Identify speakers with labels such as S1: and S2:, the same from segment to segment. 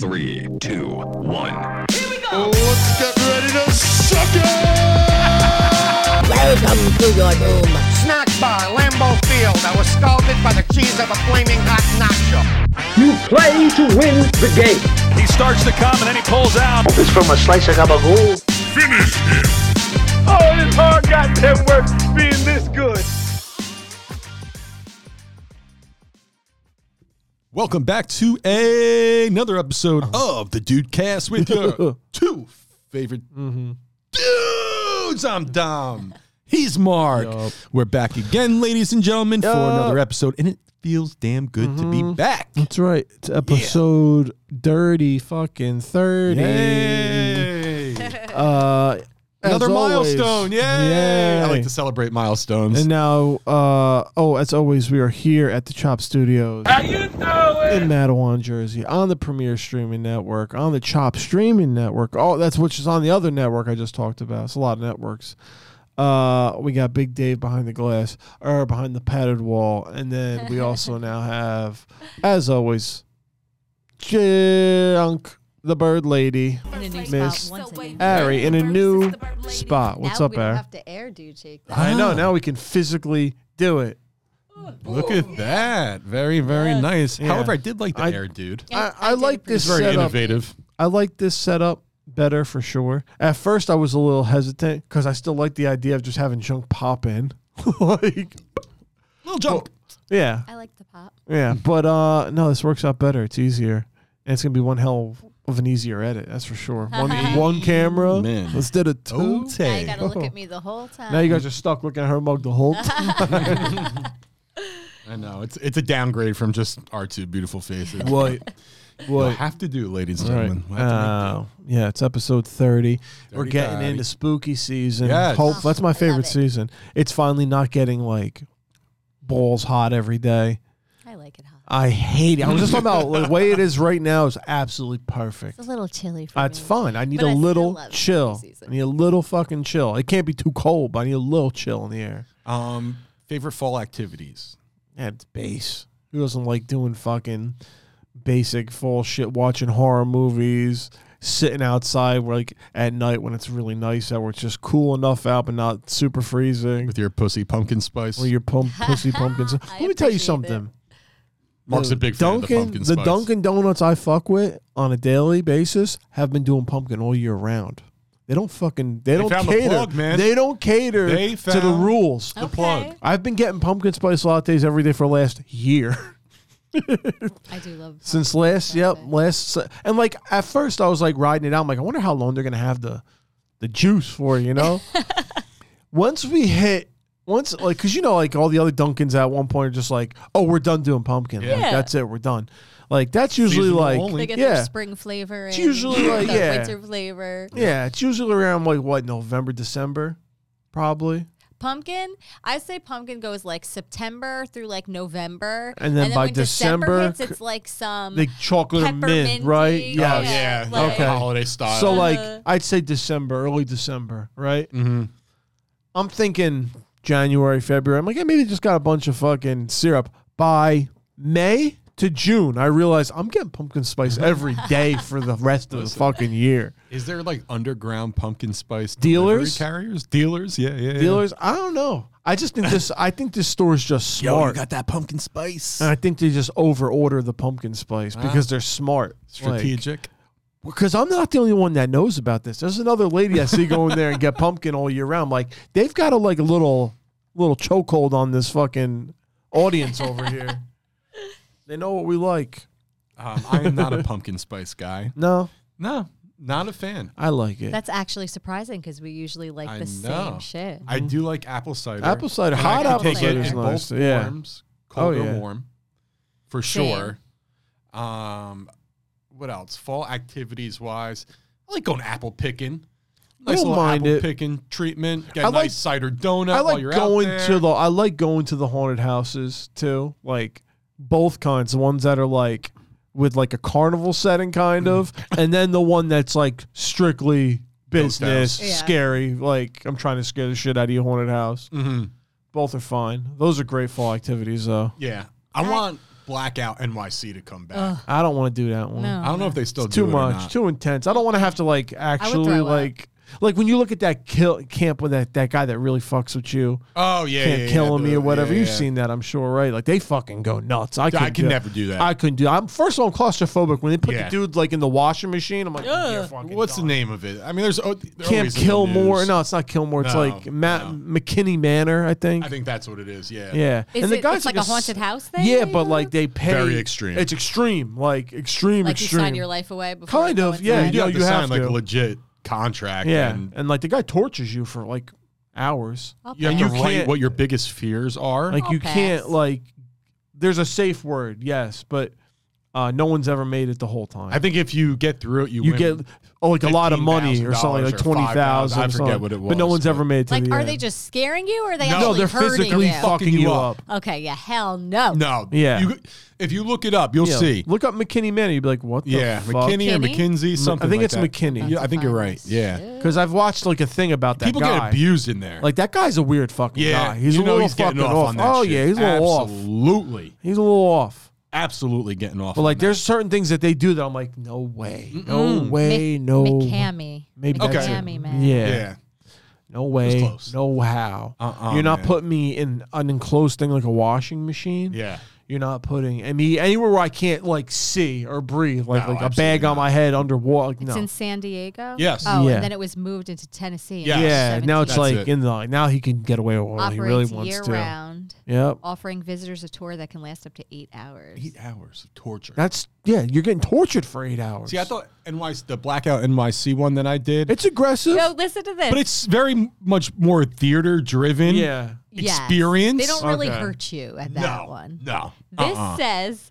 S1: Three, two, one.
S2: Let's get ready to suck it!
S3: Welcome to your room.
S4: Snack bar, Lambeau Field. I was scalded by the cheese of a flaming hot nacho.
S5: You play to win the game.
S6: He starts to come and then he pulls out.
S5: It's from a slice of gabagool.
S6: Oh, it's hard goddamn work being this good.
S7: Welcome back to another episode
S8: Uh-huh.
S7: of the Dude Cast with your two favorite
S8: Mm-hmm.
S7: dudes. I'm Dom. He's Mark. We're back again, ladies and gentlemen, for another episode, and it feels damn good to be back.
S8: That's right. Mm-hmm. It's episode dirty fucking 30.
S7: Yay!
S8: Uh, as
S7: another
S8: always-
S7: milestone. Yay!
S8: Yay.
S7: I like to celebrate milestones.
S8: And now, uh, oh, as always, we are here at the Chop Studios in Mattawan, Jersey, on the Premier Streaming Network, on the Chop Streaming Network. Oh, that's which is on the other network I just talked about. It's a lot of networks. Uh, we got Big Dave behind the glass or behind the padded wall, and then we also now have, as always, Junk the Bird Lady, Miss Ari, in a new spot. Uh, What's up, uh? Ari?
S9: to air dude shake.
S8: I know. Now we can physically do it.
S7: Look at that. Very, very nice.
S8: oh. Yeah.
S7: However, I did like the
S8: I-
S7: air, dude.
S8: I, I like this
S7: It's very
S8: setup.
S7: innovative.
S8: I like this setup better for sure. At first, I was a little hesitant because I still like the idea of just having junk pop in. like,
S7: Little jump.
S8: yeah,
S9: I like the pop.
S8: yeah. But uh, no, this works out better. It's easier, and it's gonna be one hell of an easier edit. That's for sure. One one camera
S7: Man.
S8: instead of two.
S9: Now you gotta look
S8: Oh.
S9: at me the whole time.
S8: Now you guys are stuck looking at her mug the whole time.
S7: I know it's it's a downgrade from just our two beautiful faces.
S8: what?
S7: We'll
S8: What?
S7: have to do, it, ladies and
S8: All
S7: gentlemen.
S8: right.
S7: We'll have to make
S8: Uh, yeah, it's episode 30. We're
S7: 30.
S8: getting into spooky season.
S7: Yes.
S8: Hope that's my
S9: love
S8: favorite
S9: it.
S8: season. It's finally not getting like balls hot every day.
S9: I like it hot.
S8: I hate it. I was just talking about like, the way it is right now is absolutely perfect.
S9: It's a little chilly for
S8: That's
S9: me.
S8: fine. I need
S9: But
S8: a
S9: I still
S8: little
S9: love
S8: chill.
S9: spooky season.
S8: I need a little fucking chill. It can't be too cold, but I need a little chill in the air.
S7: Um, favorite fall activities.
S8: Yeah, it's base. Who doesn't like doing fucking basic full shit, watching horror movies, sitting outside like at night when it's really nice out, where it's just cool enough out but not super freezing.
S7: With your pussy pumpkin spice.
S8: Where your pump, pussy pumpkins.
S9: I
S8: Let me tell you
S9: appreciate
S8: something.
S7: Mark's a big fan of the
S8: Dunkin',
S7: pumpkin spice.
S8: Dunkin' Donuts I fuck with on a daily basis have been doing pumpkin all year round. They don't fucking. They, don't
S7: found the
S8: cater.
S7: plug, man.
S8: They don't cater
S7: They
S8: to the
S7: found
S8: rules.
S9: The plug. Okay.
S8: I've been getting pumpkin spice lattes every day for the last year.
S9: I do love
S8: since
S9: pop.
S8: last yep
S9: Perfect.
S8: last and like at first i was like riding it out i'm like i wonder how long they're gonna have the the juice for you know once we hit once like because you know like all the other dunkins at one point are just like oh we're done doing pumpkin Like,
S9: Yeah.
S8: that's it we're done like that's usually
S7: Seasonal
S8: like
S7: only.
S9: They get
S8: yeah
S9: their spring flavor.
S8: It's
S9: and
S8: usually like-
S9: the
S8: yeah.
S9: winter flavor.
S8: yeah it's usually around like what november december probably
S9: Pumpkin. I say pumpkin goes like September through like November,
S8: And then by
S9: when December,
S8: December,
S9: hits, it's like some
S8: like chocolate and mint
S9: peppermint.
S8: right
S7: Oh,
S8: yeah,
S7: yeah.
S9: like-
S8: Okay.
S7: Holiday style.
S8: so
S9: Uh-huh.
S8: like i'd say december early december right
S7: Mhm.
S8: I'm thinking January, February. I'm like, yeah, maybe just got a bunch of fucking syrup. By May to June, I realized I'm getting pumpkin spice every day for the rest of the fucking year.
S7: Is there like underground pumpkin spice
S8: Dealers?
S7: delivery carriers? Dealers? Yeah, yeah. yeah.
S8: Dealers, I don't know. I just think this. I think this store is just
S7: Yo, you
S8: smart.
S7: got that pumpkin spice.
S8: and I think they just over order the pumpkin spice because they're smart.
S7: Strategic.
S8: Because I'm not the only one that knows about this. There's another lady I see going there and get pumpkin all year round. Like they've got a like a little little chokehold on this fucking audience over here. They know what we like.
S7: um, I am not a pumpkin spice guy.
S8: No,
S7: No, not a fan.
S8: I like it.
S9: That's actually surprising because we usually like
S7: I
S9: the
S7: know.
S9: same shit.
S7: I do like apple cider.
S8: Mm-hmm. apple cider,
S7: And I
S8: hot
S7: can
S8: apple
S7: take it
S8: cider is
S7: in
S8: nice.
S7: Both
S8: Yeah,
S7: forms, cold
S8: Oh,
S7: or
S8: yeah.
S7: warm, for
S9: Same.
S7: sure. Um, what else? Fall activities wise, I like going apple picking. Nice
S8: don't
S7: little
S8: mind
S7: apple
S8: it.
S7: picking treatment. Get
S8: I
S7: a nice
S8: like-
S7: cider donut.
S8: I
S7: while
S8: like
S7: you're
S8: going
S7: out there.
S8: to the. I like going to the haunted houses too. Like both kinds, the ones that are like with like a carnival setting kind of,
S7: Mm.
S8: and then the one that's like strictly business,
S9: house. Yeah.
S8: scary. Like I'm trying to scare the shit out of your haunted house.
S7: Mhm.
S8: Both are fine. Those are great fall activities though.
S7: Yeah, I want Blackout NYC to come back.
S8: I don't want to do that one.
S9: No.
S7: I don't know if they still do
S8: Too
S7: it or
S8: much,
S7: not.
S8: too intense. I don't want to have to like actually
S9: throw up.
S8: like like when you look at that kill camp with that, that guy that really fucks with you,
S7: Oh yeah,
S8: can't
S7: yeah,
S8: kill
S7: yeah,
S8: me
S7: the-
S8: or whatever.
S7: yeah,
S8: You've
S7: yeah.
S8: seen that, I'm sure, right? Like they fucking go nuts. I, couldn't
S7: can never do that.
S8: I couldn't do. I'm first of all I'm claustrophobic when they put
S7: Yeah.
S8: the dude like in the washing machine. I'm like, yeah, fucking
S7: What's the name of it? I mean, there's oh, they're
S8: Camp
S7: always in the
S8: Kilmore?
S7: news.
S8: No, it's not Kilmore. It's
S7: No,
S8: like Matt
S7: no.
S8: McKinney Manor, I think.
S7: I think that's what it is. Yeah,
S8: Yeah,
S9: Is
S8: and the
S9: it-
S8: guys
S9: it's like a
S8: s-
S9: haunted house thing?
S8: Yeah, but like they pay
S7: Very extreme.
S8: It's extreme, like extreme,
S9: Like you
S8: extreme.
S9: sign your life away before
S8: Kind
S9: you go
S8: of,
S9: inside.
S8: yeah,
S7: You do
S8: No,
S7: have to
S8: you
S7: sign
S8: have
S7: like
S8: to.
S7: a legit contract.
S8: Yeah, and,
S7: and,
S8: like the guy tortures you for like hours.
S9: I'll
S7: you have
S9: pay.
S7: to
S8: You
S7: write
S8: can't-
S7: what your biggest fears are.
S8: Like
S9: I'll
S8: you
S9: pass.
S8: can't like. There's a safe word, yes, but uh, no one's ever made it the whole time.
S7: I think if you get through it, you
S8: you
S7: win.
S8: get oh, like a lot of money or
S7: $15,000
S8: something,
S7: or
S8: like twenty thousand.
S7: $5,000. I forget what it
S8: but no
S7: was,
S8: one's
S7: but-
S8: ever made it to
S9: Like,
S8: the
S9: are
S8: end.
S9: they just scaring you, or are they
S7: No,
S8: no,
S9: actually
S8: they're
S9: hurting
S8: physically
S9: you?
S8: fucking you up.
S9: Okay, yeah, hell no.
S7: no.
S8: Yeah.
S7: you, if you look it up, you'll
S8: Yeah,
S7: see.
S8: Look up McKinney Manor. You'd be like, what? The
S7: yeah,
S8: fuck?
S7: McKinney or
S9: McKinney?
S7: McKinsey, something.
S8: I think
S7: like
S8: it's
S7: that.
S8: McKinney.
S7: Yeah, I think you're right. Yeah,
S8: Because I've watched like a thing about that
S7: people
S8: guy.
S7: get abused in there.
S8: Like that guy's a weird fucking
S7: yeah,
S8: guy. He's
S7: you
S8: a
S7: know
S8: little
S7: he's
S8: fucking
S7: getting
S8: off.
S7: off, on that
S8: oh
S7: shit.
S8: yeah, he's a little off.
S7: absolutely,
S8: He's a little off.
S7: absolutely getting off.
S8: But
S7: on
S8: like,
S7: that.
S8: there's certain things that they do that I'm like, no way, no way, no,
S9: McCammy.
S8: Maybe that's it.
S9: McCammy, man.
S8: yeah,
S7: yeah.
S8: no way,
S7: close.
S8: no how.
S7: Uh-uh,
S8: You're not
S7: man.
S8: putting me in an enclosed thing like a washing machine.
S7: Yeah.
S8: You're not putting I mean anywhere where I can't like see or breathe, like
S7: No,
S8: like a bag
S7: absolutely
S8: on my head underwater. Like,
S9: It's
S8: no.
S9: in San Diego.
S7: Yes.
S9: Oh,
S8: Yeah.
S9: and then it was moved into Tennessee. in
S7: Yeah.
S8: yeah, now it's
S7: That's
S8: like
S7: it.
S8: in the like, now he can get away with what he really
S9: Operates
S8: wants
S9: year
S8: to.
S9: round,
S8: Yep.
S9: offering visitors a tour that can last up to eight hours.
S7: eight hours of torture.
S8: That's yeah, you're getting tortured for eight hours.
S7: See, I thought NYC, the blackout NYC one that I did,
S8: it's aggressive.
S9: So listen to this.
S7: but it's very m- much more theater driven.
S8: yeah.
S9: Yes.
S7: experience. Uh,
S9: They don't really
S8: Okay.
S9: hurt you at that
S7: no,
S9: one.
S7: no.
S9: This
S8: Uh-uh.
S9: says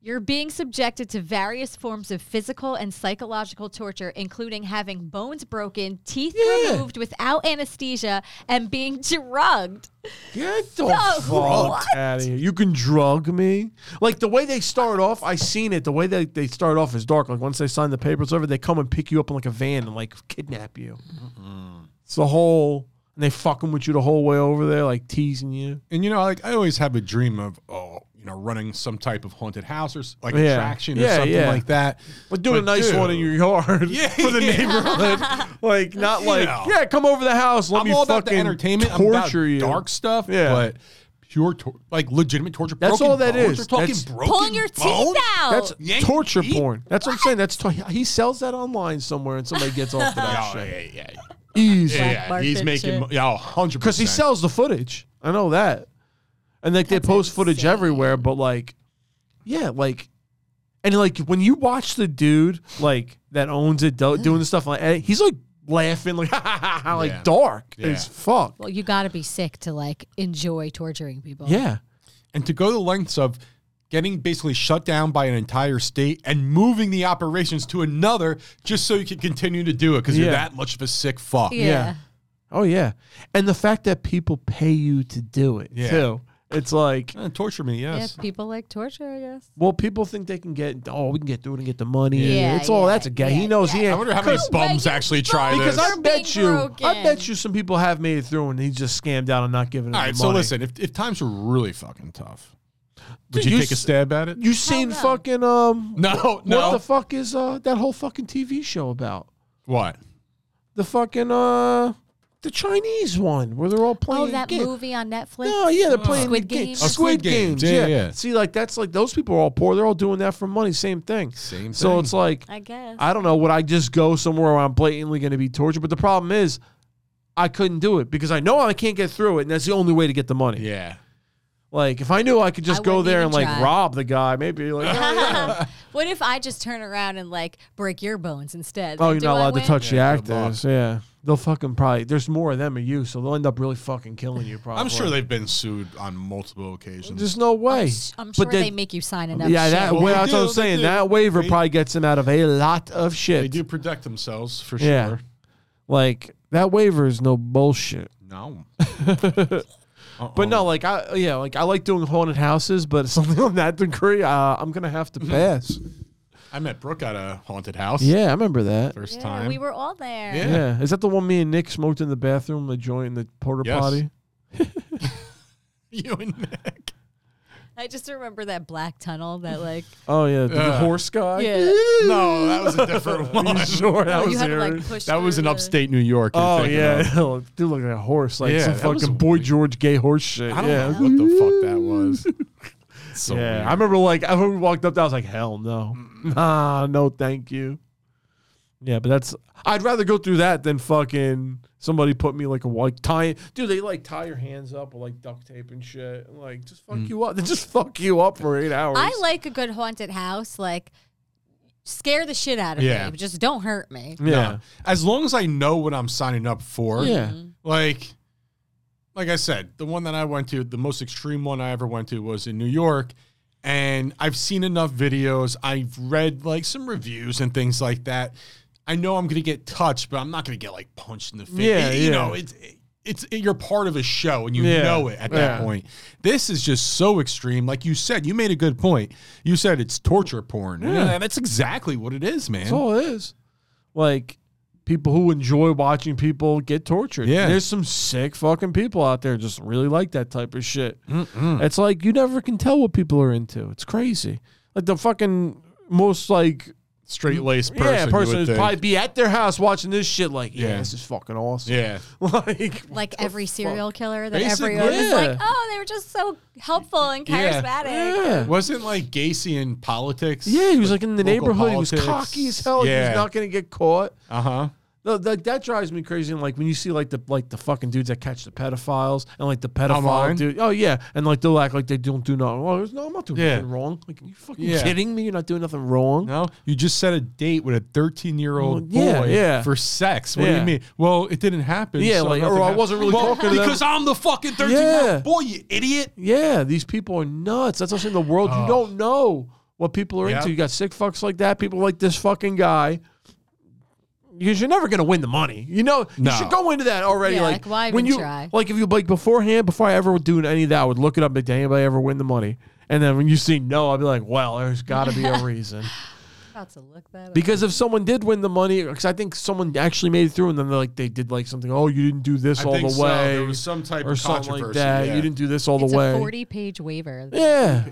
S9: you're being subjected to various forms of physical and psychological torture, including having bones broken, teeth removed without anesthesia, and being drugged.
S8: Get the
S9: The
S8: fuck
S9: what?
S8: out of here. You can drug me. Like the way they start off, I seen it. The way they, they start off is dark. Like once they sign the papers over, they come and pick you up in like a van and like kidnap you. It's the whole and they fucking with you the whole way over there, like teasing you.
S7: And you know, like I always have a dream of oh, you know, running some type of haunted house or s- like
S8: Yeah.
S7: attraction or
S8: Yeah,
S7: something
S8: yeah.
S7: like that.
S8: But doing a nice
S7: dude,
S8: one in your yard
S7: Yeah,
S8: for the
S7: yeah.
S8: neighborhood. like not
S7: You
S8: like
S7: know.
S8: yeah, come over to the house. Let
S7: I'm
S8: me
S7: all
S8: fucking
S7: about the entertainment, I'm
S8: torture
S7: about
S8: you.
S7: dark stuff,
S8: Yeah.
S7: but pure, tor- like legitimate torture.
S8: That's
S7: broken
S8: all that
S7: bones.
S8: is.
S7: We're talking
S8: That's-
S7: broken
S9: Pulling your
S7: bones?
S9: teeth out.
S8: That's
S7: Yank
S8: torture
S7: teeth?
S8: porn. That's what, I'm saying. That's to- he sells that online somewhere, and somebody gets off to that
S7: Oh,
S8: shit
S7: yeah, yeah, yeah.
S8: easy
S7: Yeah, yeah, he's
S9: market
S7: making
S9: shit.
S7: mo- yeah, hundred
S8: because he sells the footage. I know that, and like they post footage
S9: insane.
S8: everywhere. But like, yeah, like, and like when you watch the dude like that owns it do- doing the stuff like eh, he's like laughing like like
S7: Yeah.
S8: dark
S7: Yeah.
S8: as fuck.
S9: Well, you got to be sick to like enjoy torturing people.
S8: yeah.
S7: and to go the lengths of getting basically shut down by an entire state and moving the operations to another just so you can continue to do it because
S8: Yeah.
S7: you're that much of a sick fuck.
S9: Yeah.
S8: Oh yeah, and the fact that people pay you to do it
S7: Yeah.
S8: too. It's like
S7: Eh, torture me,
S9: Yeah,
S7: yes.
S9: people like torture, I guess.
S8: Well, people think they can get. Oh, we can get through it and get the money.
S9: Yeah,
S8: it's all
S9: yeah,
S8: that's a guy. he
S9: yeah,
S8: knows he
S9: yeah.
S8: ain't.
S7: I wonder how many
S8: Because-
S7: bums
S9: Like,
S7: actually try
S8: Because
S7: this.
S8: I
S9: They're
S8: bet
S9: being
S8: you, I
S9: broken.
S8: bet you, some people have made it through and he just scammed out on not giving. them
S7: All
S8: the
S7: right,
S8: money.
S7: so listen, if, if times were really fucking tough, would
S8: Dude,
S7: you,
S8: you
S7: take a
S8: s-
S7: stab at it?
S8: you seen
S9: no.
S8: fucking um.
S7: no, no.
S8: What the fuck is uh that whole fucking TV show about?
S7: what?
S8: The fucking uh, the Chinese one where they're all playing.
S9: Oh, that
S8: game.
S9: movie on Netflix.
S8: No, yeah, they're playing
S9: Squid
S8: the game.
S9: Game.
S7: Oh, Squid Games, yeah, yeah.
S8: See, like that's like those people are all poor. They're all doing that for money. Same thing.
S7: Same
S8: So
S7: thing.
S8: it's like
S9: I guess.
S8: I don't know. Would I just go somewhere where I'm blatantly going to be tortured? But the problem is, I couldn't do it because I know I can't get through it, and that's the only way to get the money.
S7: Yeah.
S8: Like if I knew I could just
S9: I
S8: go
S9: wouldn't
S8: there and
S9: even
S8: like
S9: try.
S8: rob the guy, maybe like oh, yeah.
S9: what if I just turn around and like break your bones instead?
S8: oh,
S9: Like,
S8: you're
S9: do
S8: not
S9: I
S8: allowed to
S9: win?
S8: touch
S7: Yeah,
S8: the
S7: good luck.
S8: actors. Yeah, they'll fucking probably. There's more of them or you, so they'll end up really fucking killing you. Probably.
S7: I'm sure they've been sued on multiple occasions.
S8: There's no way.
S9: I'm sure
S8: but
S9: they,
S8: they
S9: make you sign enough.
S8: Yeah, that
S9: shit.
S7: Well,
S8: well,
S7: they
S8: that's what
S7: do,
S8: I'm
S7: they
S8: saying.
S7: do.
S8: That waiver
S7: They-
S8: probably gets them out of a lot of shit.
S7: they do protect themselves for
S8: Yeah.
S7: sure.
S8: Like that waiver is no bullshit. Oh.
S7: No.
S8: But no, like I yeah, like I like doing haunted houses, but something on that degree, uh, I'm gonna have to pass.
S7: I met Brooke at a haunted house.
S8: yeah, I remember that.
S7: First
S9: Yeah,
S7: time.
S9: we were all there.
S7: Yeah.
S8: Yeah. is that the one me and Nick smoked in the bathroom, the joint in the porta
S7: Yes.
S8: potty?
S7: you and Nick.
S9: I just remember that black tunnel that like
S8: Oh yeah, the,
S7: Yeah.
S8: horse guy.
S9: yeah.
S7: Uh,
S9: Oh,
S7: No, that was a different one.
S8: Sure, that
S9: you
S8: was
S9: had to, like,
S8: serious.
S9: push
S7: That was
S9: through
S7: in
S9: the-
S7: upstate New York. you're
S8: Oh
S7: thinking
S8: yeah,
S7: of.
S8: dude, look at that horse, like
S7: Yeah,
S8: some
S7: that was
S8: fucking
S7: a
S8: boy
S7: weird-
S8: George gay horse shit.
S7: I don't
S8: yeah,
S7: know what the fuck that was. So
S8: yeah.
S7: weird.
S8: I remember like I remember we walked up, there, I was like, hell no, nah, no, thank you. Yeah, but that's I'd rather go through that than fucking somebody put me like a like tie. Dude, they like tie your hands up with like duct tape and shit, and, like just
S7: Mm.
S8: fuck you up. They just fuck you up for eight hours.
S9: I like a good haunted house. Like, scare the shit out of
S7: Yeah.
S9: me, but just don't hurt me.
S8: yeah.
S7: No. As long as I know what I'm signing up for.
S8: Yeah.
S7: Like like I said, the one that I went to, the most extreme one I ever went to was in New York. And I've seen enough videos. I've read like some reviews and things like that. I know I'm gonna get touched, but I'm not gonna get like punched in the face.
S8: Yeah,
S7: you
S8: yeah.
S7: know, it's it's you're part of a show and you
S8: Yeah.
S7: know it at that
S8: Yeah.
S7: point. This is just so extreme. Like you said, you made a good point. You said it's torture porn.
S8: Yeah.
S7: And that's exactly what it is, man.
S8: That's all it is. Like people who enjoy watching people get tortured.
S7: Yeah.
S8: There's some sick fucking people out there just really like that type of shit. It's like you never can tell what people are into. It's crazy. Like the fucking most like
S7: Straight laced person.
S8: yeah
S7: you
S8: person
S7: would
S8: would
S7: think.
S8: probably be at their house watching this shit like yeah,
S7: Yeah.
S8: this is fucking awesome.
S7: Yeah.
S8: Like
S9: Like every serial killer that
S7: Basically,
S9: everyone is
S8: yeah.
S9: like, oh, they were just so helpful and
S7: Yeah.
S9: charismatic.
S8: yeah.
S7: Wasn't like Gacy in politics?
S8: Yeah, he was like in the
S7: local
S8: neighborhood. He was
S7: politics.
S8: cocky as hell. He
S7: Yeah.
S8: was not gonna get caught.
S7: Uh huh.
S8: No, that that drives me crazy. And like when you see like the like the fucking dudes that catch the pedophiles and like the
S7: Online?
S8: pedophile dude. Oh yeah, and like they'll act like they don't do nothing wrong. No, I'm not doing
S7: Yeah.
S8: nothing wrong. Like are you fucking
S7: Yeah.
S8: kidding me? You're not doing nothing wrong.
S7: No, you just set a date with a 13 year old
S8: Well, yeah,
S7: boy
S8: yeah.
S7: for sex. What do
S8: Yeah.
S7: you mean? Well, it didn't happen.
S8: Yeah,
S7: so
S8: like,
S7: nothing
S8: or I
S7: happened.
S8: wasn't really
S7: Well,
S8: talking to them.
S7: because I'm the fucking 13 year
S8: Yeah.
S7: old boy, you idiot. Oh.
S8: Yeah, these people are nuts. That's what I'm saying. The world you don't know what people are
S7: Yeah.
S8: into. You got sick fucks like that. People like this fucking guy. Because you're never gonna win the money, you know.
S7: No.
S8: You should go into that already.
S9: Yeah,
S8: like
S9: like, why
S8: when you
S9: even try?
S8: like if you like beforehand, before I ever would do any of that, I would look it up. Like, did anybody ever win the money? And then when you see no, I'd be like, well, there's got to be a reason.
S9: About to look that up.
S8: because if someone did win the money, because I think someone actually made it through, and then they like they did like something. Oh, you didn't do this
S7: I
S8: all
S7: think
S8: the
S7: so.
S8: way,
S7: There was some type
S8: or
S7: of
S8: something like
S7: controversy,
S8: that.
S7: yeah.
S8: You didn't do this all
S9: it's
S8: the way.
S9: a 40 page waiver.
S8: yeah,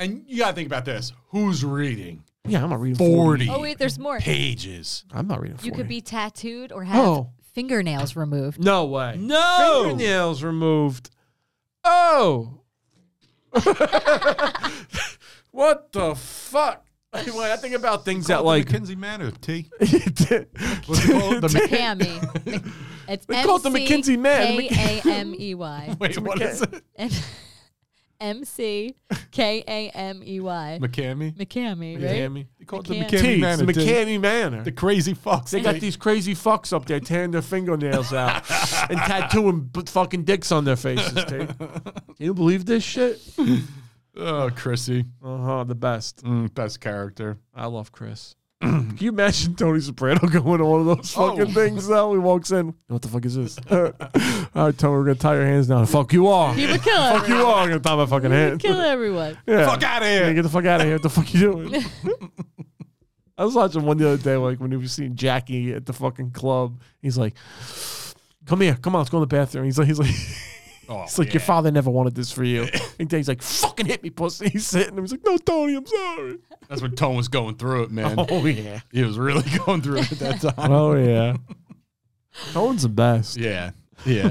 S7: And you got to think about this who's reading?
S8: Yeah, I'm not reading
S7: 40
S9: Oh, wait, there's more.
S7: pages.
S8: I'm not reading 40.
S9: You could be tattooed or have
S8: Oh.
S9: fingernails removed.
S8: No way.
S7: No.
S8: Fingernails removed. Oh. what the fuck? Anyway, I think about things that like.
S7: Mackenzie Manor, T. What's it called? The
S8: the
S9: Cammy. Mc- It's
S8: They call it the McKinsey man.
S9: K A M E Y.
S7: Wait, what is it?
S9: M C K A M E Y.
S7: McCammy?
S9: McCammy, right?
S8: Miami.
S7: They call it the
S9: McCammy.
S7: McCammy
S8: Tees,
S7: Manor. T.
S8: McCammy Manor.
S7: The crazy fox.
S8: They got these crazy fucks up there tearing their fingernails out and tattooing b- fucking dicks on their faces. T. Can you believe this shit?
S7: Oh, Chrissy.
S8: Uh huh. The best.
S7: Mm, best character.
S8: I love Chris. Can you imagine Tony Soprano going to one of those
S7: Oh.
S8: fucking things though? He walks in. What the fuck is this? All right, Tony, we're gonna tie your hands down. Fuck you all.
S9: He would kill
S8: Fuck you
S9: everyone.
S8: all. I'm gonna tie my fucking
S9: He would
S8: hands.
S9: kill everyone.
S8: Yeah.
S7: Fuck out of
S8: Yeah,
S7: here.
S8: get the fuck out of here. What the fuck you doing? I was watching one the other day, like when he was seeing Jackie at the fucking club. He's like, "Come here, come on, let's go in the bathroom." He's like, he's like,
S7: Oh,
S8: it's like your father never wanted this for you. And he's like, "Fucking hit me, pussy." He's sitting. He's like, "No, Tony, I'm sorry."
S7: That's when Tone was going through it, man.
S8: Oh yeah.
S7: He was really going through it at that time.
S8: Oh yeah. Cohen's the best.
S7: yeah. Yeah.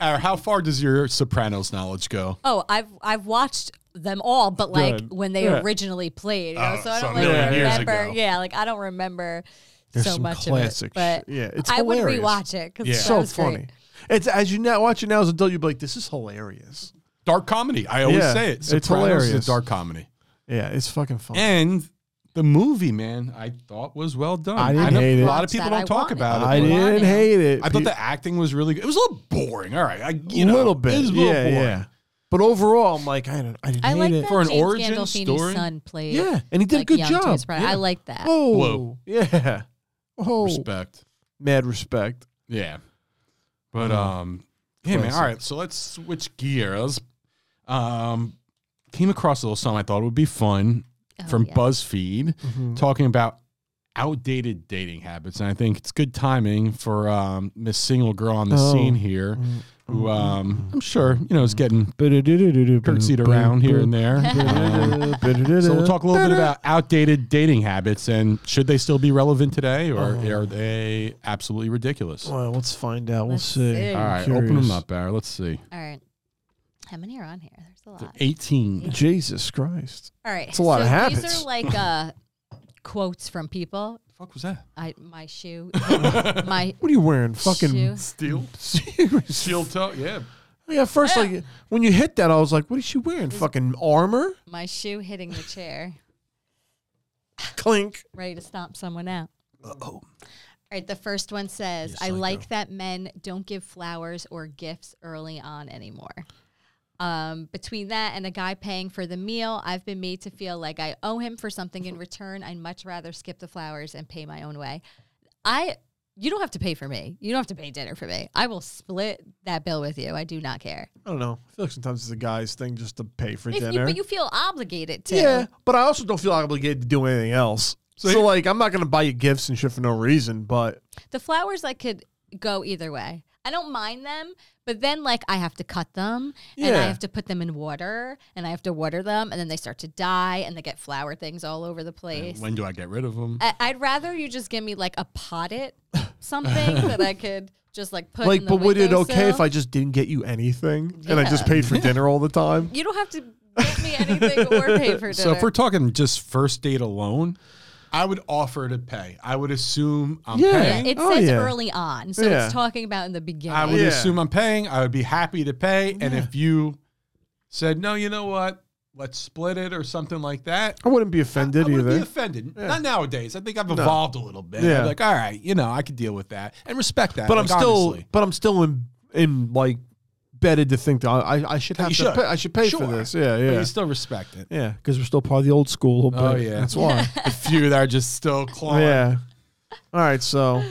S7: Uh, how far does your Sopranos knowledge go?
S9: Oh, I've I've watched them all, but like
S8: Good.
S9: when they
S8: Yeah. Ah,
S9: originally played, you know,
S7: Oh,
S9: so I
S7: so a
S9: don't like
S7: million years
S9: remember.
S7: ago.
S9: Yeah, like I don't remember so
S8: some
S9: much
S8: classic
S9: of it. But
S8: shit. Yeah, it's
S9: I would
S8: hilarious.
S9: rewatch it because
S7: Yeah.
S9: it's
S8: so funny. It's as you now watch it now as an adult, you'd be like, "This is hilarious."
S7: Dark comedy. I always
S8: Yeah,
S7: say it.
S8: it's
S7: Sopranos is
S8: hilarious.
S7: a dark comedy.
S8: Yeah, it's fucking fun.
S7: And the movie, man, I thought was well done.
S8: I didn't
S7: know
S8: hate it.
S7: A lot of
S9: Watched
S7: people
S9: that.
S7: don't
S9: I
S7: talk
S9: wanted
S7: about it.
S8: I
S7: but
S8: didn't hate it.
S7: I thought the acting was really good. It was a little boring. All right. I, you know,
S8: a little bit.
S7: It was a little
S8: yeah,
S7: boring.
S8: yeah. But overall, I'm like, I, don't, I didn't
S9: I
S8: hate
S9: like
S8: it.
S9: that
S7: For an
S9: James
S7: origin
S9: Gandolfini's
S7: story?
S9: son played.
S8: Yeah, and he did a
S9: like,
S8: good
S9: young James
S8: job.
S9: Brown.
S8: Yeah.
S9: I like that.
S8: Oh,
S7: Whoa.
S8: yeah. Oh,
S7: Respect.
S8: mad respect.
S7: Yeah. But um yeah, man. All right, so let's switch gears. Um came across a little something I thought would be fun from
S9: yeah.
S7: BuzzFeed talking about outdated dating habits, and I think it's good timing for um, Miss Single Girl on the
S8: Oh.
S7: scene here, who um, I'm sure you know is getting curtsied
S8: Curtsied
S7: around here and there. Um, so we'll talk a little bit about outdated dating habits and should they still be relevant today, or are they absolutely ridiculous? All
S8: Well, let's find out. We'll
S9: Let's
S8: see.
S9: see. All
S7: right,
S8: Curious.
S7: open them up, Barry. Let's see.
S9: All right. How many are on here? There's a lot.
S7: 18.
S8: Jesus Christ.
S9: All right.
S8: It's a lot
S9: so
S8: of
S9: These
S8: habits.
S9: are like uh, quotes from people.
S7: fuck was that?
S9: I my shoe, my
S8: What are you wearing? Fucking. Oh,
S9: shoe.
S7: Steel. Steel toe. Yeah.
S8: yeah, first, like, when you hit that, I was like, what is she wearing? Fucking armor?
S9: my shoe hitting the chair,
S8: Clink.
S9: ready to stomp someone out. All right, the first one says, "I like that men don't give flowers or gifts early on anymore." Um, between that and a guy paying for the meal, I've been made to feel like I owe him for something in return. I'd much rather skip the flowers and pay my own way. I, you don't have to pay for me. You don't have to pay dinner for me. I will split that bill with you. I do not care.
S8: I don't know. I feel like sometimes it's a guy's thing just to pay for
S9: If you,
S8: dinner.
S9: but you feel obligated to.
S8: yeah, but I also don't feel obligated to do anything else. So, like, I'm not going to buy you gifts and shit for no reason, but
S9: The flowers I could go either way. I don't mind them, but then like I have to cut them and I
S8: Yeah.
S9: have to put them in water and I have to water them and then they start to die and they get flower things all over the place.
S7: When do I get rid of them?
S9: I- I'd rather you just give me like a potted something that I could just like put
S8: like,
S9: in the
S8: but would it okay if
S9: windowsill.
S8: I just didn't get you anything and I just
S9: Yeah.
S8: paid for dinner all the time?
S9: You don't have to get me anything or pay for dinner.
S7: So if we're talking just first date alone, I would offer to pay. I would assume I'm
S8: Yeah.
S7: paying.
S9: it
S8: Oh,
S9: says
S8: yeah.
S9: early on, so
S8: Yeah.
S9: it's talking about in the beginning.
S7: I would
S8: Yeah.
S7: assume I'm paying. I would be happy to pay. And if you said, no, you know what? Let's split it or something like that.
S8: I wouldn't be
S7: I
S8: offended
S7: would
S8: either.
S7: be offended. Not nowadays. I think I've evolved a little bit.
S8: Yeah.
S7: I'm like, all right, you know, I could deal with that and respect that.
S8: but
S7: like,
S8: I'm still,
S7: honestly.
S8: but I'm still in, in like, bedded to think that I, I- I should have
S7: You
S8: to,
S7: should.
S8: Pay, I should pay for
S7: Sure.
S8: this. Yeah,
S7: But
S8: yeah,
S7: you still respect it.
S8: yeah, because we're still part of the old school. But
S7: Oh, yeah.
S8: that's why.
S7: A few that are just still clawing,
S8: yeah. All right, so.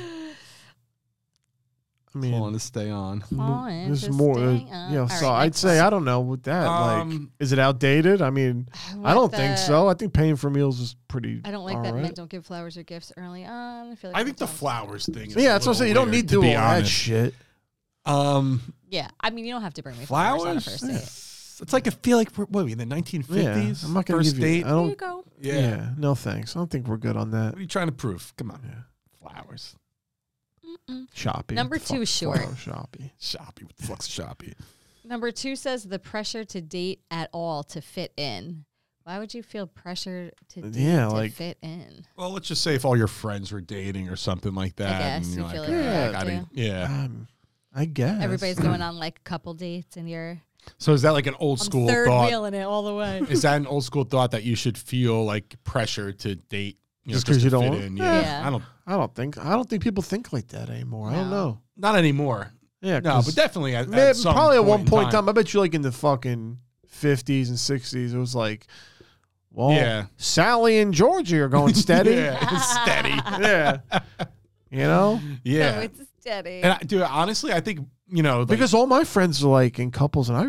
S8: I mean,
S7: clawing to stay on.
S9: Oh,
S8: There's
S9: interesting.
S8: more.
S9: Uh,
S8: uh, you know,
S9: all
S8: so
S9: right,
S8: I'd
S9: next
S8: say
S9: one.
S8: I don't know with that. like,
S7: Um,
S8: is it outdated? I mean, I don't
S9: With
S8: think
S9: the-
S8: so. I think paying for meals is pretty.
S9: I don't like
S8: all
S9: that men
S8: right.
S9: don't give flowers or gifts early on. I feel like
S7: I think the
S9: that's all-
S7: flowers thing. Is
S8: Yeah, that's
S7: a
S8: what I'm saying. You
S7: little
S8: don't
S7: weird,
S8: need to do
S7: be
S8: all that
S7: honest.
S8: shit.
S7: Um,
S9: Yeah, I mean you don't have to bring me flowers, on a
S7: flowers.
S9: first date.
S7: It's like I feel like we're what, are we in the 1950s.
S8: Yeah, I'm not gonna
S7: first
S8: give you.
S7: date.
S8: I
S9: There you
S8: don't.
S9: go.
S7: yeah.
S8: yeah. no thanks. I don't think we're good on that.
S7: What are you trying to prove? Come on, flowers.
S8: Shopping.
S9: Number two is short.
S8: Shopping.
S7: Shoppy. What the fuck's shoppy?
S9: Number two says the pressure to date at all to fit in. Why would you feel pressure to date
S8: Yeah,
S9: to
S8: like-
S9: fit in?
S7: Well, let's just say if all your friends were dating or something like that,
S9: guess
S7: and
S9: you
S7: you're like,
S9: feel
S7: "All
S9: like
S7: right,
S9: you
S7: I
S9: have
S7: gotta- yeah.
S8: Um, I guess
S9: Everybody's going on like couple dates and you're
S7: So is that like an old
S9: I'm
S7: school
S9: third
S7: thought?
S9: wheeling it all the way.
S7: Is that an old school thought that you should feel like pressure to date? You
S8: Just
S7: know,
S8: 'cause you
S7: to
S8: don't
S7: fit
S8: want-
S7: in? Yeah.
S9: Yeah.
S7: I don't.
S8: I don't think. I don't think people think like that anymore. I don't
S9: No.
S8: know.
S7: Not anymore.
S8: Yeah,
S7: No,
S8: 'cause-
S7: but definitely at,
S8: Man,
S7: at some
S8: probably at one point in
S7: time.
S8: time. I bet you, like in the fucking fifties and sixties, it was like, well,
S7: Yeah.
S8: Sally and Georgie are going steady.
S7: Yeah, steady.
S8: Yeah. you know,
S7: Yeah.
S9: So it's steady.
S7: And I, dude, honestly, I think you know like-
S8: because all my friends are like in couples, and I,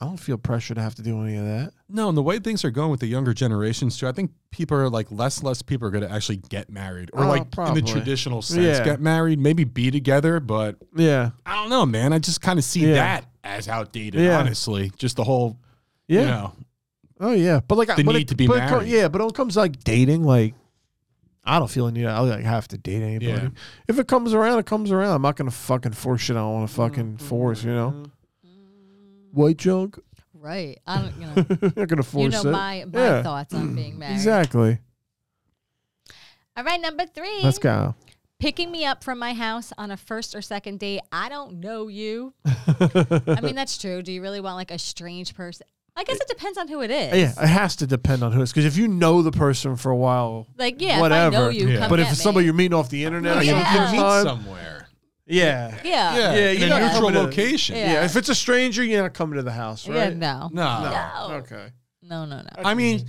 S8: I don't feel pressure to have to do any of that.
S7: no, and the way things are going with the younger generations too, I think people are like less, less people are going to actually get married or
S8: Oh,
S7: like
S8: probably.
S7: in the traditional sense,
S8: Yeah.
S7: get married, maybe be together. But
S8: Yeah.
S7: I don't know, man. I just kind of see
S8: Yeah.
S7: that as outdated,
S8: Yeah.
S7: honestly. Just the whole,
S8: Yeah.
S7: you know,
S8: Oh yeah. But like,
S7: The
S8: when
S7: need
S8: it-
S7: to be
S8: but it co-
S7: married.
S8: yeah, but when it comes to, like dating, like. I don't feel any. I like have to date anybody.
S7: Yeah.
S8: If it comes around, it comes around. I'm not gonna fucking force shit. I don't want to
S9: Mm-hmm.
S8: fucking force. You know, white junk.
S9: right. I don't you know
S8: I'm not gonna force
S9: Mm-hmm. you know
S8: it.
S9: my, my
S8: Yeah.
S9: thoughts on being married.
S8: Exactly.
S9: All right, number 3
S8: Let's go.
S9: picking me up from my house on a first or second date. I don't know you. I mean, that's true. Do you really want like a strange person? I guess it depends on who it is.
S8: Yeah, it has to depend on who it is. Because if you know the person for a while,
S9: Like, yeah,
S8: whatever.
S9: if I know you,
S7: Yeah.
S9: come
S8: but if
S9: get
S8: it's
S9: me.
S8: somebody you're meeting off the internet, or
S9: Yeah.
S8: you meet
S9: Yeah.
S8: for the
S9: Meet
S8: time,
S7: somewhere.
S8: yeah.
S9: Yeah.
S7: Yeah.
S8: Uh, Yeah,
S7: in
S8: you're
S7: a
S8: not
S7: neutral
S8: coming to-
S7: location.
S9: Yeah.
S8: yeah, If it's a stranger, you're not coming to the house,
S9: Yeah,
S8: right?
S9: no.
S7: No.
S9: No.
S8: Okay.
S9: No, no, no.
S7: I mean,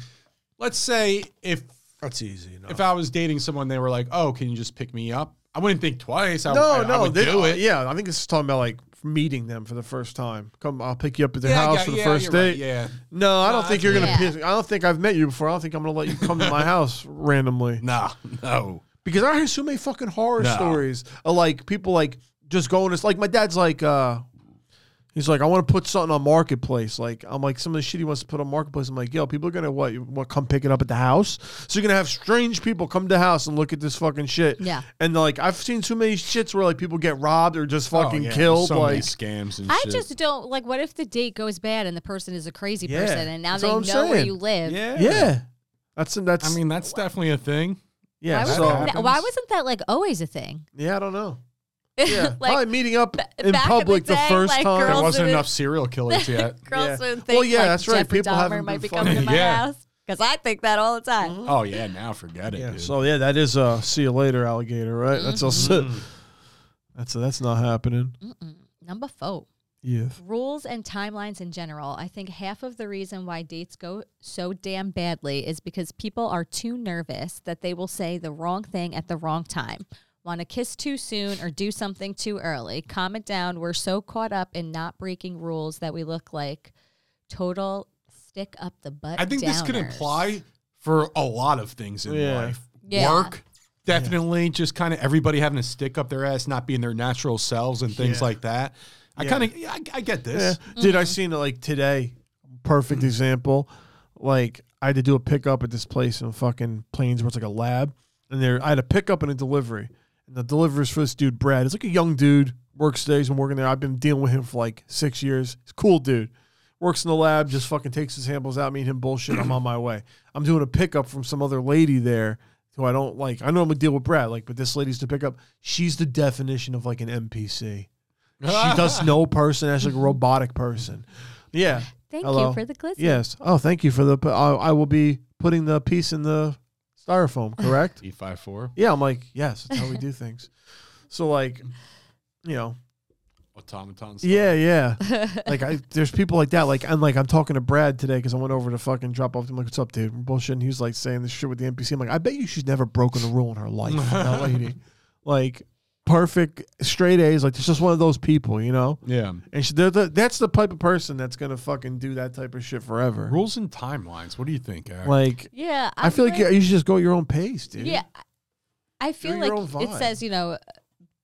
S7: let's say if
S8: That's easy. No,
S7: if I was dating someone, they were like, "Oh, can you just pick me up?" I wouldn't think twice. I,
S8: no,
S7: I, I
S8: no
S7: would
S8: they, uh,
S7: do it.
S8: Yeah, I think this is talking about like meeting them for the first time. Come, I'll pick you up at their
S7: Yeah, I
S8: house
S7: got-
S8: for the
S7: yeah,
S8: first
S7: you're right,
S8: date.
S7: yeah.
S8: No, I don't
S7: No,
S8: think you're gonna.
S9: yeah.
S8: Piss, I don't think I've met you before. I don't think I'm gonna let you come to my house randomly.
S7: No, Oh, no.
S8: because I hear so many fucking horror
S7: No.
S8: stories of like people like just going. It's like my dad's like, uh, he's like, I want to put something on marketplace. Like I'm like some of the shit he wants to put on marketplace. I'm like, yo, people are gonna what? You want come pick it up at the house? So you're gonna have strange people come to the house and look at this fucking shit.
S9: Yeah.
S8: and like I've seen too many shits where like people get robbed or just fucking
S7: Oh, yeah,
S8: killed.
S7: so many
S8: like
S7: scams and
S9: I
S7: shit.
S9: just don't like. What if the date goes bad and the person is a crazy
S8: Yeah,
S9: person, and now
S8: that's
S9: they
S8: what
S9: know
S8: I'm
S9: where
S8: saying.
S9: you live?
S7: yeah.
S8: yeah, that's that's.
S7: I mean, that's definitely a thing.
S8: yeah.
S9: Why,
S8: So
S9: wasn't that, why wasn't that like always a thing?
S8: yeah, I don't know. Yeah,
S9: like
S8: probably meeting up in
S9: back in the
S8: public the,
S9: day,
S8: first
S9: like,
S8: time.
S9: girls-
S7: There wasn't
S9: it-
S7: enough serial killers yet.
S8: Yeah.
S9: Girls would think.
S8: Well, yeah,
S9: like,
S8: that's right.
S9: Jeffrey
S8: People
S9: Dahmer
S8: haven't
S9: might
S8: been
S9: be coming to
S7: fucking-
S9: my
S7: Yeah.
S9: house because I think that all the time.
S7: oh yeah, now forget it.
S8: Yeah.
S7: dude.
S8: So yeah, that is a see you later alligator, right? That's also that's that's not
S9: Mm-hmm.
S8: happening.
S9: Number four.
S8: Yeah.
S9: rules and timelines in general. I think half of the reason why dates go so damn badly is because people are too nervous that they will say the wrong thing at the wrong time. Want to kiss too soon or do something too early. Calm it down. We're so caught up in not breaking rules that we look like total stick up the butt.
S7: I think this could
S9: downers.
S7: apply for a lot of things in
S8: Yeah.
S7: life.
S9: Yeah.
S7: Work, definitely, just kind of everybody having to stick up their ass, not being their natural selves, and things
S8: Yeah.
S7: like that. I
S8: Yeah.
S7: kind of, I, I get
S8: Yeah.
S7: this.
S8: Dude, I seen it like today. Perfect example. Like I had to do a pickup at this place in fucking Plains where it's like a lab. And there I had a pickup and a delivery. And the delivery's for this dude, Brad. It's like a young dude, works there, he's been working there. I've been dealing with him for like six years. He's a cool dude. Works in the lab, just fucking takes his samples out, me and him bullshit. I'm on my way. I'm doing a pickup from some other lady there who I don't like. I normally deal with Brad, like, but this lady's to pick up. She's the definition of like an NPC. She does no person as like a robotic person. Yeah.
S9: Thank
S8: Hello.
S9: you for the glisten.
S8: Yes. Oh, thank you for the. I, I will be putting the piece in the styrofoam. Correct.
S7: E five four
S8: yeah. I'm like, yes. That's how we do things. So like, you know,
S7: automatons.
S8: yeah, yeah. like I, there's people like that. Like I'm like I'm talking to Brad today because I went over to fucking drop off. I'm like, what's up, dude? We're bullshit. And he was like saying this shit with the NPC. I'm like, I bet you she's never broken a rule in her life, that lady. Like perfect straight A's. Like it's just one of those people, you know.
S7: yeah.
S8: And she, they're the, that's the type of person that's gonna fucking do that type of shit forever.
S7: Rules and timelines. What do you think, Eric?
S8: Like
S9: Yeah.
S8: i
S9: I'm
S8: feel like
S9: with-
S8: you should just go at your own pace, dude.
S9: Yeah. I- I feel
S8: Mm-hmm. your own
S9: like it
S8: vibe.
S9: says, you know,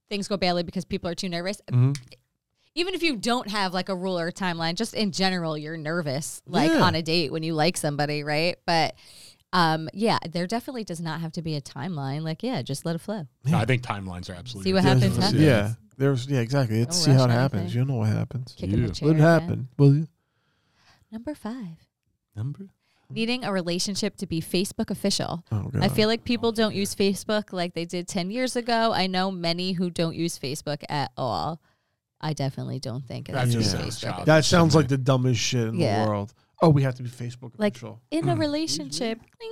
S9: things go badly because people are too nervous.
S8: Mm-hmm.
S7: Mhm.
S9: Even if you don't have like a rule or a timeline, just in general, you're nervous, like
S8: Yeah.
S9: on a date when you like somebody, right? But um, yeah, there definitely does not have to be a timeline. Like, yeah, just let it flow.
S7: I think timelines are absolutely.
S9: See what
S8: There's-
S9: happens. happens.
S8: Yeah. There's yeah, exactly. It's
S9: Don't
S8: see how it
S9: rush
S8: happens.
S9: anything.
S8: You know what happens.
S9: Kicking
S7: Yeah.
S9: the chair.
S8: What
S9: yeah.
S8: happened? Well, you-
S9: Number five.
S7: Number.
S9: Needing a relationship to be Facebook official.
S8: oh, God.
S9: I feel like people don't use Facebook like they did 10 years ago. I know many who don't use Facebook at all. I definitely don't think it's
S7: That's
S8: just
S9: Facebook.
S7: sounds childish.
S8: that sounds like the dumbest shit in
S9: Yeah.
S8: the world. Oh, we have to be Facebook
S9: Like-
S8: official.
S9: In a relationship,
S8: Mm-hmm.
S9: ding.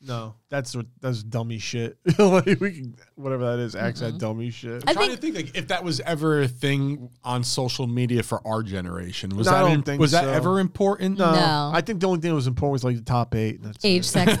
S8: No, that's what that's dummy shit. like we can, whatever that is, axe
S9: Mm-hmm.
S8: that dummy shit.
S9: I
S7: I'm trying
S9: think
S7: to think like if that was ever a thing on social media for our generation. Was
S8: No, I
S7: that
S8: don't
S7: im-
S8: think
S7: was that
S8: so.
S7: ever important?
S8: no,
S9: No.
S8: I think the only thing that was important was like the top eight. and That's it.
S9: age, sex,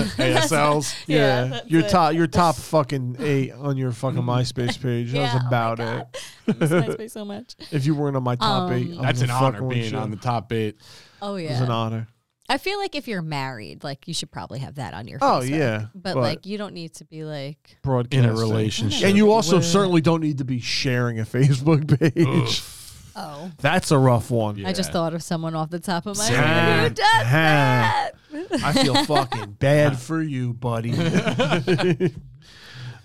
S7: ASLs.
S9: yeah,
S8: Yeah,
S9: that's
S8: your
S9: it.
S8: top, your top fucking eight on your fucking MySpace page. That
S9: Yeah, oh
S8: was
S9: my
S8: about
S9: God.
S8: it.
S9: I miss MySpace so much.
S8: If you weren't on my top
S9: Um,
S8: eight, I'm
S7: That's an honor
S8: fucking with
S7: being
S8: you.
S7: on the top eight.
S9: Oh
S8: It was an
S9: yeah.
S8: honor.
S9: I feel like if you're married, like you should probably have that on your.
S8: Oh,
S9: Facebook.
S8: yeah,
S9: But,
S8: but-
S9: like you don't need to be like.
S8: Broadcast
S7: in a relationship.
S8: and you also certainly don't need to be sharing a Facebook page.
S9: Oh.
S8: That's a rough one.
S9: I just thought of someone off the top of my
S7: Zach.
S9: head. Who does
S8: Ah.
S9: that?
S8: I feel fucking bad for you, buddy.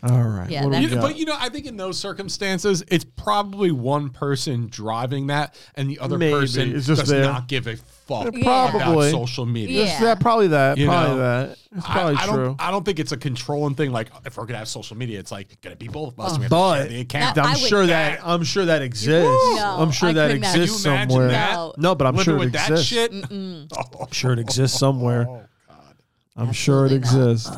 S8: All right.
S9: Yeah,
S8: what do we
S9: that's-
S7: You-
S8: got?
S7: but you know, I think in those circumstances, it's probably one person driving that, and the other
S8: Maybe.
S7: person
S8: It's just
S7: does
S8: there.
S7: not give a fuck about
S8: Probably.
S7: social media.
S9: Yeah.
S8: It's that probably that.
S7: You
S8: probably
S7: know,
S8: that. It's probably
S7: I, I
S8: true.
S7: Don't, I don't think it's a controlling thing. Like if we're gonna have social media, it's like gonna be both of us. we have to share
S8: but
S7: the account.
S9: Oh. That-
S8: I'm
S9: I would-
S8: sure that I'm sure that exists.
S9: No,
S8: I'm sure
S9: I
S8: that
S9: could not.
S7: Can you
S8: exists
S7: imagine
S8: somewhere.
S7: that?
S8: No, but I'm
S7: Living
S8: sure it
S7: with
S8: exists.
S7: that shit. Oh,
S8: I'm sure it exists somewhere. I'm sure it
S9: Absolutely not. Uh.
S8: exists.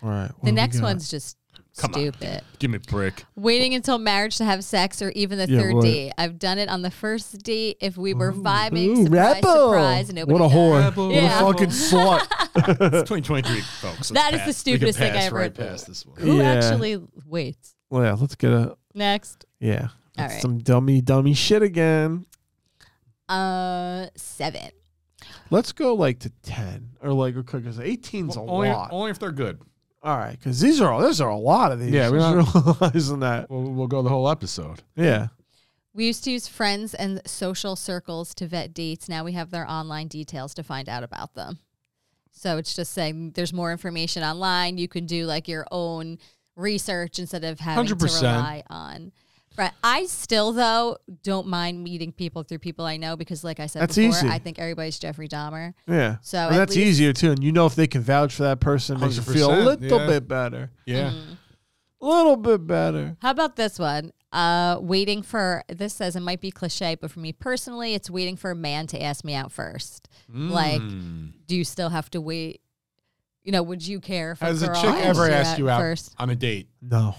S8: All right. what
S9: The
S8: do we
S9: next
S8: got?
S9: one's just
S7: Come on.
S9: stupid.
S7: Give me a brick.
S9: Waiting until marriage to have sex or even the
S8: Yeah,
S9: third
S8: right.
S9: date. I've done it on the first date if we were vibing.
S8: Ooh,
S9: surprise,
S8: rapper.
S9: surprise. Nobody
S8: What a
S9: does.
S8: whore.
S9: Yeah.
S8: What a fucking slut.
S7: It's 2023, folks. Let's
S9: That is the
S7: pass. We can
S9: stupidest thing
S7: pass
S9: I ever-
S7: Right past this one.
S9: Who
S8: Yeah.
S9: actually waits?
S8: Well, yeah, let's get a
S9: Next.
S8: yeah.
S9: All
S8: That's
S9: right.
S8: Some dummy dummy shit again.
S9: Uh, seven.
S8: Let's go like to ten or like okay, because eighteen's a
S7: Only,
S8: lot.
S7: only if they're good.
S8: All right, because these are all. There's are a lot of these.
S7: Yeah, we're not-
S8: realizing that.
S7: We'll, we'll go the whole episode.
S8: Yeah,
S9: We used to use friends and social circles to vet dates. Now we have their online details to find out about them. So it's just saying there's more information online. You can do like your own research instead of having to
S7: 100%.
S9: rely on. Right. I still though don't mind meeting people through people I know because like I said
S8: That's
S9: before,
S8: easy.
S9: I think everybody's Jeffrey Dahmer.
S8: yeah.
S9: So
S8: And
S9: at
S8: that's
S9: least-
S8: easier too, and you know if they can vouch for that person, it makes you feel a
S7: 100%,
S8: little
S7: yeah.
S8: bit better.
S7: Yeah.
S8: A little bit better.
S9: How about this one? Uh, waiting for this says it might be cliche, but for me personally, it's waiting for a man to ask me out first. Like,
S8: Hmm.
S9: do you still have to wait? You know, would you care if
S7: Has a
S9: girl
S7: chick ever
S9: asked
S7: asked you out
S9: first?
S7: on a date?
S8: No.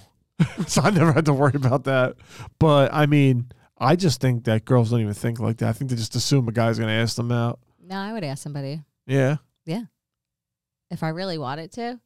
S8: so I never had to worry about that. But I mean, I just think that girls don't even think like that. I think they just assume a guy's going to ask them out.
S9: No, I would ask somebody
S8: Yeah.
S9: if I really wanted to.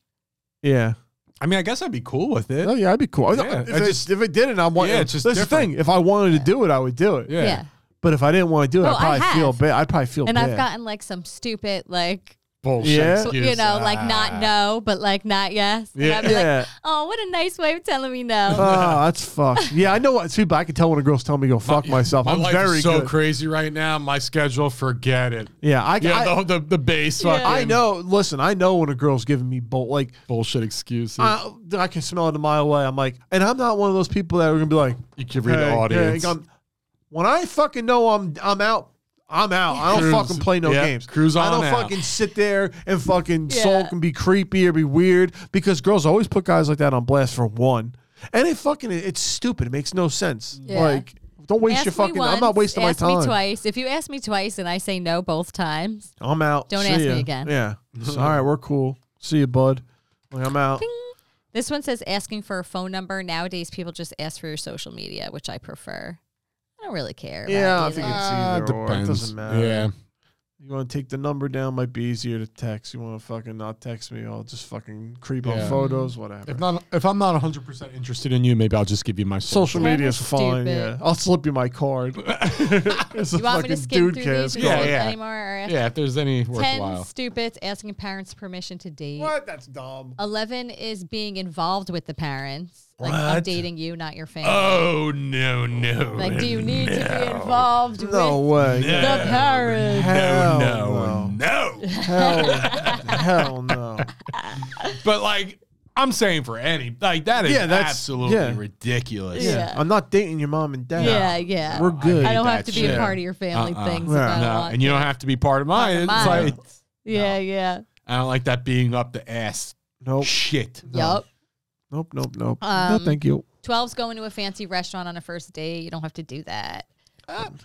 S8: Yeah.
S7: I mean, I guess I'd be cool with it.
S8: Oh, yeah, I'd be cool.
S7: Yeah,
S8: if,
S7: I
S8: I
S7: just-
S8: if I didn't, I want
S7: Yeah, it's just
S8: That's
S7: different.
S8: the thing. If I wanted to do it, I would do it.
S7: Yeah.
S8: But if I didn't want to do it,
S9: Oh,
S8: I'd
S9: I
S8: probably
S9: have.
S8: feel bad. I'd probably feel
S9: And
S8: bad.
S9: I've gotten like some stupid, like,
S7: Bullshit.
S8: Yeah.
S9: so- you
S7: excuse.
S9: know, like not no, but like not yes. And
S7: Yeah.
S9: I'd be like,
S8: ah. yeah.
S9: oh, what a nice way of telling me no.
S8: oh, that's fucked. Yeah, I know what. See, but I can tell when a girl's telling me to go fuck myself.
S7: My
S8: I'm
S7: life
S8: very
S7: is so
S8: good.
S7: crazy right now. My schedule, forget it.
S8: yeah, I,
S7: Yeah,
S8: I,
S7: the, the the base.
S9: Yeah.
S7: fucking
S8: I know. Listen, I know when a girl's giving me bolt like
S7: bullshit excuses.
S8: I, I can smell it a mile away. I'm like, and I'm not one of those people that are gonna be like,
S7: you can read
S8: hey,
S7: the
S8: hey,
S7: audience.
S8: I'm- when I fucking know I'm I'm out, I'm out. I don't
S7: Cruise.
S8: fucking play no
S7: Yeah,
S8: games.
S7: cruise
S8: I
S7: on
S8: don't
S7: out.
S8: fucking sit there and fucking
S9: Yeah.
S8: sulk and be creepy or be weird because girls always put guys like that on blast for one, and it fucking it's stupid. It makes no sense.
S9: Yeah.
S8: Like, don't waste
S9: Ask
S8: your
S9: me
S8: fucking. I'm not
S9: once,
S8: wasting my
S9: ask
S8: time.
S9: me twice. If you ask me twice and I say no both times,
S8: I'm out.
S9: Don't
S8: See
S9: ask me
S8: ya.
S9: again.
S8: Yeah. It's, all right, we're cool. See you, bud. Like, I'm out.
S9: This one says asking for a phone number. Nowadays, people just ask for your social media, which I prefer. I don't really care. about Uh,
S8: Yeah, I
S9: either.
S8: think it's
S7: Ah,
S8: either or. It
S7: depends.
S8: doesn't matter.
S7: Yeah.
S8: You want to take the number down? Might be easier to text. You want to fucking not text me? I'll just fucking creep
S7: Yeah.
S8: on photos, whatever.
S7: If not, if I'm not 100 percent interested in you, maybe I'll just give you my
S8: Social
S9: Whatever's
S8: media is fine.
S9: stupid.
S8: Yeah, I'll slip you my card.
S9: You want me to skip through these?
S7: Yeah,
S9: Yeah,
S7: yeah.
S9: Anymore or ask
S7: Yeah, if there's any
S9: ten
S7: worthwhile.
S9: stupids asking parents permission to date.
S8: What? That's dumb.
S9: Eleven is being involved with the parents, like
S7: What?
S9: updating you, not your family.
S7: Oh no no!
S9: like, do you need to be involved
S8: No way.
S9: with the parents?
S8: Hell
S7: no,
S8: no.
S7: no.
S8: Hell, hell no.
S7: But like, I'm saying for any, like that is
S8: Yeah, that's-
S7: absolutely
S8: yeah.
S7: ridiculous.
S8: Yeah.
S9: Yeah.
S8: I'm not dating your mom and dad.
S9: Yeah, yeah.
S8: We're good.
S9: I don't
S7: hate
S9: have
S7: that
S9: to be
S7: shit.
S9: a part of your family
S7: Uh-uh.
S9: things.
S8: Yeah.
S9: If I
S7: No,
S9: don't want
S7: and you
S9: to.
S7: don't have to be part of mine. It's
S9: Mine.
S7: like
S9: Yeah, yeah.
S7: I don't like that being up the ass
S8: Nope.
S7: shit.
S9: Yup.
S8: Nope. Nope. Nope. no,
S9: Um,
S8: thank you.
S9: 12's going to a fancy restaurant on a first date. You don't have to do that.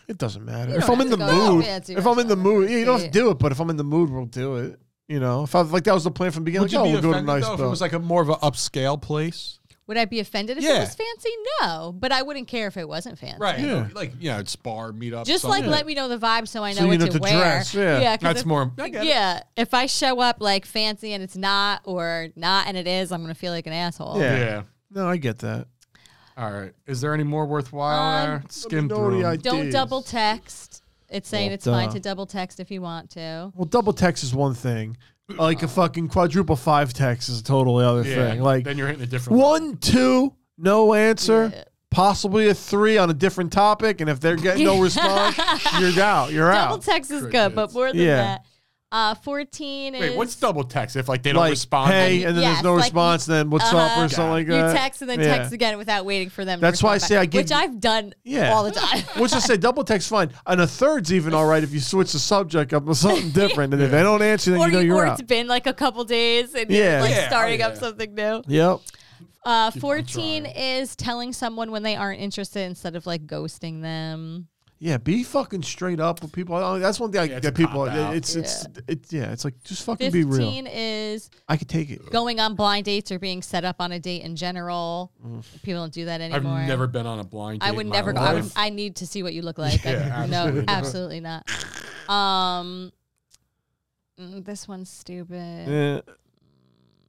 S8: It doesn't matter.
S9: uh, You
S8: If
S9: don't
S8: I'm
S9: have
S8: in
S9: to
S8: the
S9: go to a
S8: mood,
S9: fancy
S8: if I'm in the
S9: restaurant.
S8: mood, yeah, you don't have to
S9: Yeah.
S8: do it. But if I'm in the mood, we'll do it. You know, if I like that was the plan from the beginning,
S7: Would you
S8: like, oh,
S7: be
S8: we'll go to a
S7: offended
S8: nice
S7: though, if it
S8: bill.
S7: was like a more of an upscale place?
S9: Would I be offended if
S7: Yeah.
S9: it was fancy? No, but I wouldn't care if it wasn't fancy.
S7: Right.
S8: Yeah.
S7: Like you know, it's bar meetup.
S9: Just like
S7: something.
S9: let me know the vibe so I know
S8: So you
S9: what
S8: know
S9: to
S8: to
S9: wear.
S8: dress, yeah.
S9: 'cause
S7: That's
S9: if-
S7: more.
S9: Yeah, if I show up like fancy and it's not, or not and it is, I'm gonna feel like an asshole.
S8: Yeah.
S7: Yeah.
S8: no, I get that.
S7: All right. Is there any more worthwhile?
S9: Um,
S7: there? Skim
S8: know what
S7: through.
S8: the
S7: 'em.
S8: idea-
S9: Don't
S8: Jeez.
S9: double text. It's saying
S8: Well,
S9: it's fine
S8: duh.
S9: to double text if you want to.
S8: Well, double text is one thing. Like a fucking quadruple five text is a totally other thing. Like
S7: then you're hitting a different
S8: one, two, no answer. Possibly a three on a different topic, and if they're getting no response, you're out. You're
S9: Double
S8: out.
S9: text is good, but more than
S8: Yeah.
S9: that. Uh, 14 is
S7: Wait, what's double text? If like they don't
S8: like,
S7: respond,
S8: hey,
S9: then-
S8: and then
S9: yes,
S8: there's no
S9: like,
S8: response. Then what's up
S9: uh-huh.
S8: or something like
S9: you
S8: that.
S9: text and then
S8: Yeah.
S9: text again without waiting for them. to
S8: That's why I
S9: respond
S8: say
S9: back,
S8: I give-
S9: which I've done
S8: Yeah.
S9: all the time.
S8: Let's just say double text fine, and a third's even all right if you switch the subject up with something different. And if they don't answer, then
S9: or
S8: you know
S9: you,
S8: you're
S9: or
S8: out.
S9: it's been like a couple days and
S8: Yeah.
S9: you're like
S7: Yeah, oh,
S9: starting up
S7: yeah.
S9: something new.
S8: Yep.
S9: Uh, 14 is telling someone when they aren't interested instead of like ghosting them.
S8: Yeah, be fucking straight up with people. Oh, That's one thing I,
S7: it's
S8: that
S7: a
S8: people.
S7: cop-out.
S8: It's it's it's yeah. It's like just fucking be real.
S9: 15 is
S8: I could take it.
S9: going on blind dates or being set up on a date in general. People don't do that
S7: I've
S9: anymore.
S7: never been on a blind. Date
S9: I would
S7: in my
S9: never go. I,
S7: Life.
S9: would, I need to see what you look like. I-
S7: Yeah,
S9: no, absolutely not. Um, mm, this one's stupid.
S8: Yeah.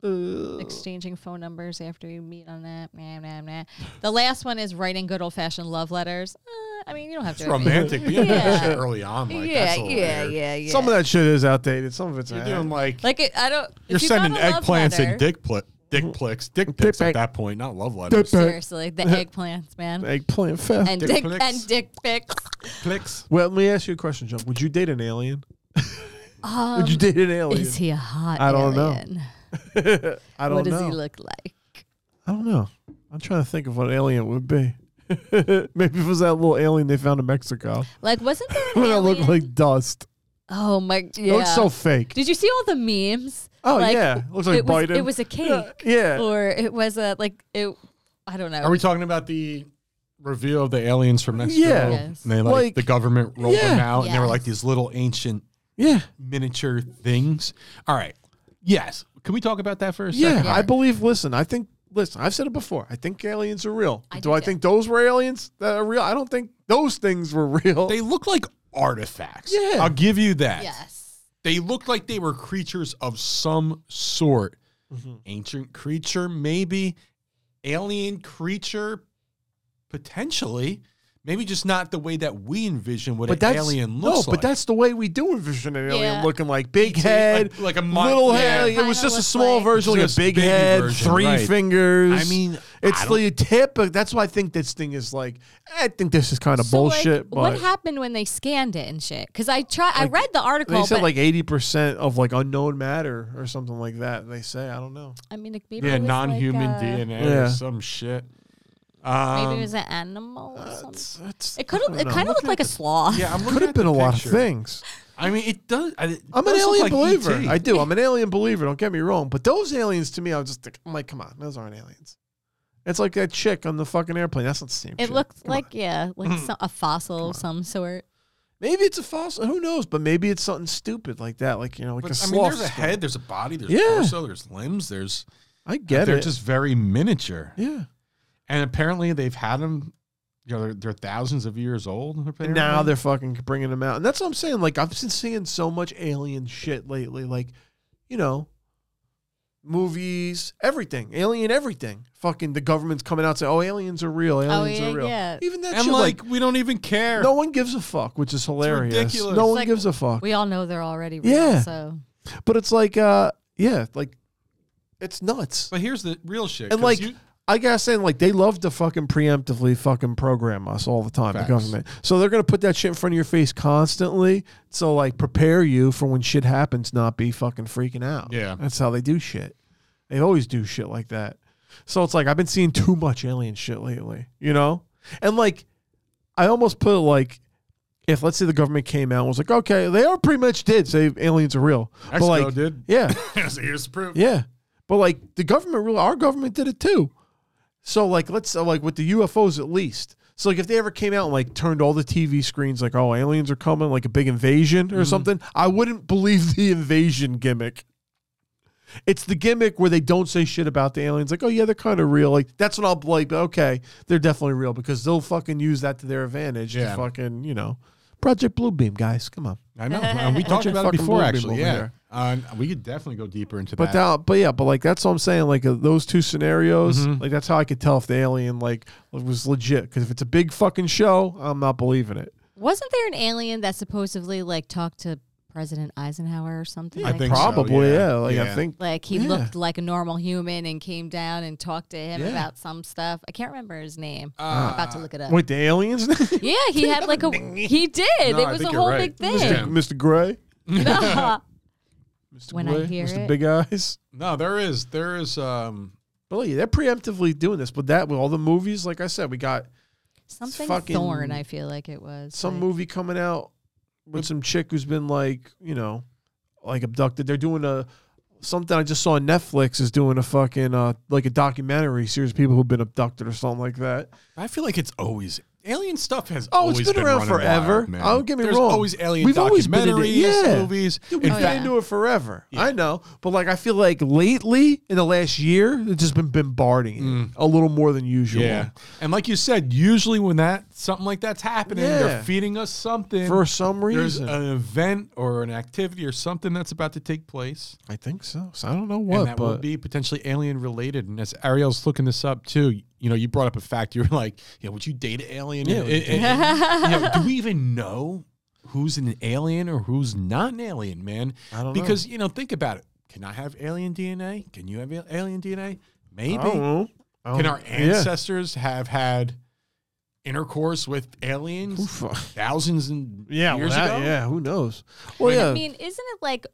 S8: Uh,
S9: Exchanging phone numbers after you meet on that. Nah, nah, nah. The last one is writing good old fashioned love letters. Uh, I mean, you don't have
S7: It's
S9: to.
S7: romantic. But you don't do that
S9: Yeah.
S7: shit early on. Like,
S9: yeah,
S7: that's a little
S9: yeah,
S7: weird.
S9: yeah, yeah.
S8: Some of that shit is outdated. Some of it's
S7: You're
S8: eh.
S7: doing like,
S9: like it, I don't.
S7: you're
S9: if you got
S7: sending
S9: a love
S7: eggplants
S9: letter,
S7: and dick pl- Dick pics. Dick pics
S8: pic.
S7: at that point, not love letters.
S9: Seriously, the eggplants, man.
S8: Eggplant fest.
S9: And
S7: Dick
S9: dick,
S7: pics.
S9: and dick pics.
S7: Clicks.
S8: well, let me ask you a question, John. Would you date an alien? Would you date an alien?
S9: Um, Is he a hot
S8: I don't know.
S9: alien?
S8: I don't
S9: What does
S8: know.
S9: he look like?
S8: I don't know. I'm trying to think of what alien would be. Maybe it was that little alien they found in Mexico.
S9: Like, wasn't there an
S8: When it
S9: alien?
S8: looked like dust.
S9: oh my, yeah.
S8: It looks so fake.
S9: Did you see all the memes?
S8: Oh
S9: Like,
S8: yeah, looks like
S9: it was-
S8: Biden.
S9: it was a cake.
S8: Yeah, yeah.
S9: Or it was a like it. I don't know.
S7: Are we talking about the reveal of the aliens from Mexico?
S8: Yeah.
S9: Yes.
S7: And they like,
S8: Like-
S7: the government rolled them
S8: Yeah.
S7: out, and they were
S9: Yes.
S7: like these little ancient
S8: yeah.
S7: miniature things. All right. Yes. Can we talk about that for a
S8: Yeah,
S7: second?
S8: I believe. Listen, I think. Listen, I've said it before. I think aliens are real.
S9: I
S8: do
S9: do
S8: I
S9: too.
S8: think those were aliens that are real? I don't think those things were real.
S7: They look like artifacts.
S8: Yeah.
S7: I'll give you that.
S9: Yes.
S7: They looked like they were creatures of some sort.
S8: Mm-hmm.
S7: Ancient creature, maybe. Alien creature, potentially. Maybe just not the way that we envision what an alien looks
S8: no,
S7: like.
S8: but that's the way we do envision an alien
S9: Yeah.
S8: looking like big
S7: Like-
S8: head,
S7: like a mon-
S8: little
S7: yeah.
S8: head. It was
S9: Kinda
S8: just a
S9: looks
S8: small
S9: like-
S8: version, like a
S7: Just
S8: big
S7: baby
S8: head,
S7: version,
S8: three
S7: right.
S8: fingers.
S7: I mean,
S8: it's
S7: I don't-
S8: the tip. Of, that's why I think this thing is like. I think this is kind of
S9: So, like,
S8: bullshit. but
S9: what happened when they scanned it and shit? Because I try, I read the article,
S8: They said
S9: but
S8: like eighty percent of like unknown matter or something like that. They say I don't know.
S9: I mean, like, maybe
S7: yeah,
S9: it was
S7: non human
S9: like a,
S7: DNA
S8: Yeah.
S7: or some shit.
S9: Maybe it
S7: Um,
S9: was an animal or something.
S8: It's- it's-
S9: It could
S8: uh, I
S9: have.
S8: don't
S9: It
S8: know.
S9: kind of looked like a sloth.
S7: yeah, I'm looking
S8: could have
S7: at
S8: been
S7: the
S8: a lot of
S7: picture.
S8: things.
S7: I mean, it does. I, it
S8: I'm an
S7: does look
S8: alien
S7: like E
S8: believer.
S7: ET.
S8: I do. I'm an alien believer. Don't get me wrong. But those aliens to me, I was just like, I'm like, come on, those aren't aliens. It's like that chick on the fucking airplane. That's not the same.
S9: It
S8: shit.
S9: looked
S8: Come on. Hmm.
S9: like yeah, like so- a fossil of some sort.
S8: maybe it's a fossil. Who knows? But maybe it's something stupid like that. Like you know, like
S7: But,
S8: a
S7: I
S8: sloth.
S7: mean, there's a
S8: skull.
S7: head, there's a body, there's
S8: Yeah.
S7: torso, there's limbs, there's.
S8: I get
S7: they're
S8: it.
S7: just very miniature.
S8: yeah.
S7: And apparently they've had them. You know, they're, they're thousands of years old. Apparently.
S8: And now they're fucking bringing them out. And that's what I'm saying. Like, I've been seeing so much alien shit lately. Like, you know, movies, everything, alien everything. Fucking the government's coming out saying, oh, aliens are real. Aliens
S9: yeah,
S8: are real.
S9: yeah.
S8: Even that
S7: and
S8: shit, like,
S7: like, we don't even care.
S8: no one gives a fuck, which is hilarious.
S7: ridiculous.
S8: No
S7: It's
S8: one
S9: like-
S8: gives a fuck.
S9: We all know they're already real.
S8: Yeah.
S9: So
S8: But it's like, uh, yeah, like, it's nuts.
S7: But here's the real shit.
S8: And
S7: 'cause
S8: like,
S7: you-
S8: I gotta say, like they love to fucking preemptively fucking program us all the time,
S7: Facts.
S8: the government. So they're gonna put that shit in front of your face constantly. So like, prepare you for when shit happens, not be fucking freaking out.
S7: Yeah.
S8: that's how they do shit. They always do shit like that. So it's like I've been seeing too much alien shit lately, you know. And like, I almost put it like, if let's say the government came out and was like, okay, they are pretty much did say aliens are real, but
S7: Mexico
S8: like,
S7: did.
S8: yeah.
S7: so here's the proof.
S8: Yeah, but like the government really, our government did it too. So like, let's so, like with the UFOs at least. So like, if they ever came out and like turned all the TV screens like, oh, aliens are coming, like a big invasion or something, I wouldn't believe the invasion gimmick. It's the gimmick where they don't say shit about the aliens. Like, oh yeah, they're kind of real. Like that's what I'll be like. Okay, they're definitely real because they'll fucking use that to their advantage.
S7: Yeah.
S8: To fucking you know, Project Bluebeam guys, come on.
S7: I know. And we
S8: Bunch
S7: talked
S8: of
S7: about it
S8: fucking
S7: before,
S8: blue
S7: actually.
S8: people
S7: Yeah.
S8: over
S7: Uh, we could definitely go deeper into that.
S8: But that, but yeah, but like that's what I'm saying. Like uh, those two scenarios,
S7: Mm-hmm.
S8: like that's how I could tell if the alien like was legit. Because if it's a big fucking show, I'm not believing it.
S9: wasn't there an alien that supposedly like talked to President Eisenhower or something?
S7: I
S9: like
S7: think
S9: that?
S7: so,
S8: Probably,
S7: yeah.
S8: yeah. Like I
S7: Yeah.
S8: think,
S9: Like he
S8: Yeah.
S9: looked like a normal human and came down and talked to him
S8: Yeah.
S9: about some stuff. I can't remember his name. I'm about to look it up.
S8: wait, the aliens,
S9: Yeah, he had like a he did.
S7: Ah. No,
S9: it
S7: I
S9: was a
S7: think you're
S9: whole
S7: right.
S9: big thing.
S7: Yeah.
S8: Mr. Gray, Mr.
S9: When I
S8: Gray,
S9: hear
S8: Mr.
S9: it.
S8: Big Eyes.
S7: no, there is. There is. Um,
S8: But yeah, they're preemptively doing this. But that with all the movies, like I said, we got
S9: Something
S8: fucking-
S9: thorn. I feel like it was
S8: some
S9: like,
S8: movie coming out with some chick who's been like, you know, like abducted. They're doing a something I just saw on Netflix is doing a fucking uh like a documentary series of people who've been abducted or something like that.
S7: I feel like it's always. Alien stuff has
S8: Oh,
S7: always
S8: it's been, around
S7: running
S8: forever.
S7: Wild, man.
S8: Don't get me
S7: There's
S8: wrong.
S7: always alien
S8: We've always been in it.
S7: documentaries,
S8: Yeah.
S7: movies.
S8: Dude, we've
S7: In
S8: been
S7: fact,
S8: into it forever. I know, but like I feel like lately in the last year, it's just been bombarding it a little more than usual.
S7: Yeah. And like you said, usually when that something like that's happening,
S8: Yeah.
S7: they're feeding us something.
S8: For some
S7: there's
S8: reason,
S7: an event or an activity or something that's about to take place.
S8: I think so. So I don't know
S7: and
S8: what,
S7: that
S8: but
S7: will be potentially alien related. And as Ariel's looking this up too, you know, you brought up a fact. You were like, you know, would you date an alien?
S8: Yeah,
S7: And-
S8: would you
S7: and- and- you know, do we even know who's an alien or who's not an alien, man?
S8: I don't know.
S7: because, you know, think about it.
S10: Can I have alien DNA? Can you have al- alien DNA? Maybe.
S8: Oh, oh,
S10: Can our
S8: yeah.
S10: ancestors have had intercourse with aliens
S8: Oof.
S10: thousands and
S8: Yeah, well,
S10: years
S8: that-
S10: ago?
S8: yeah. Who knows? Well, yeah.
S9: I mean, isn't it like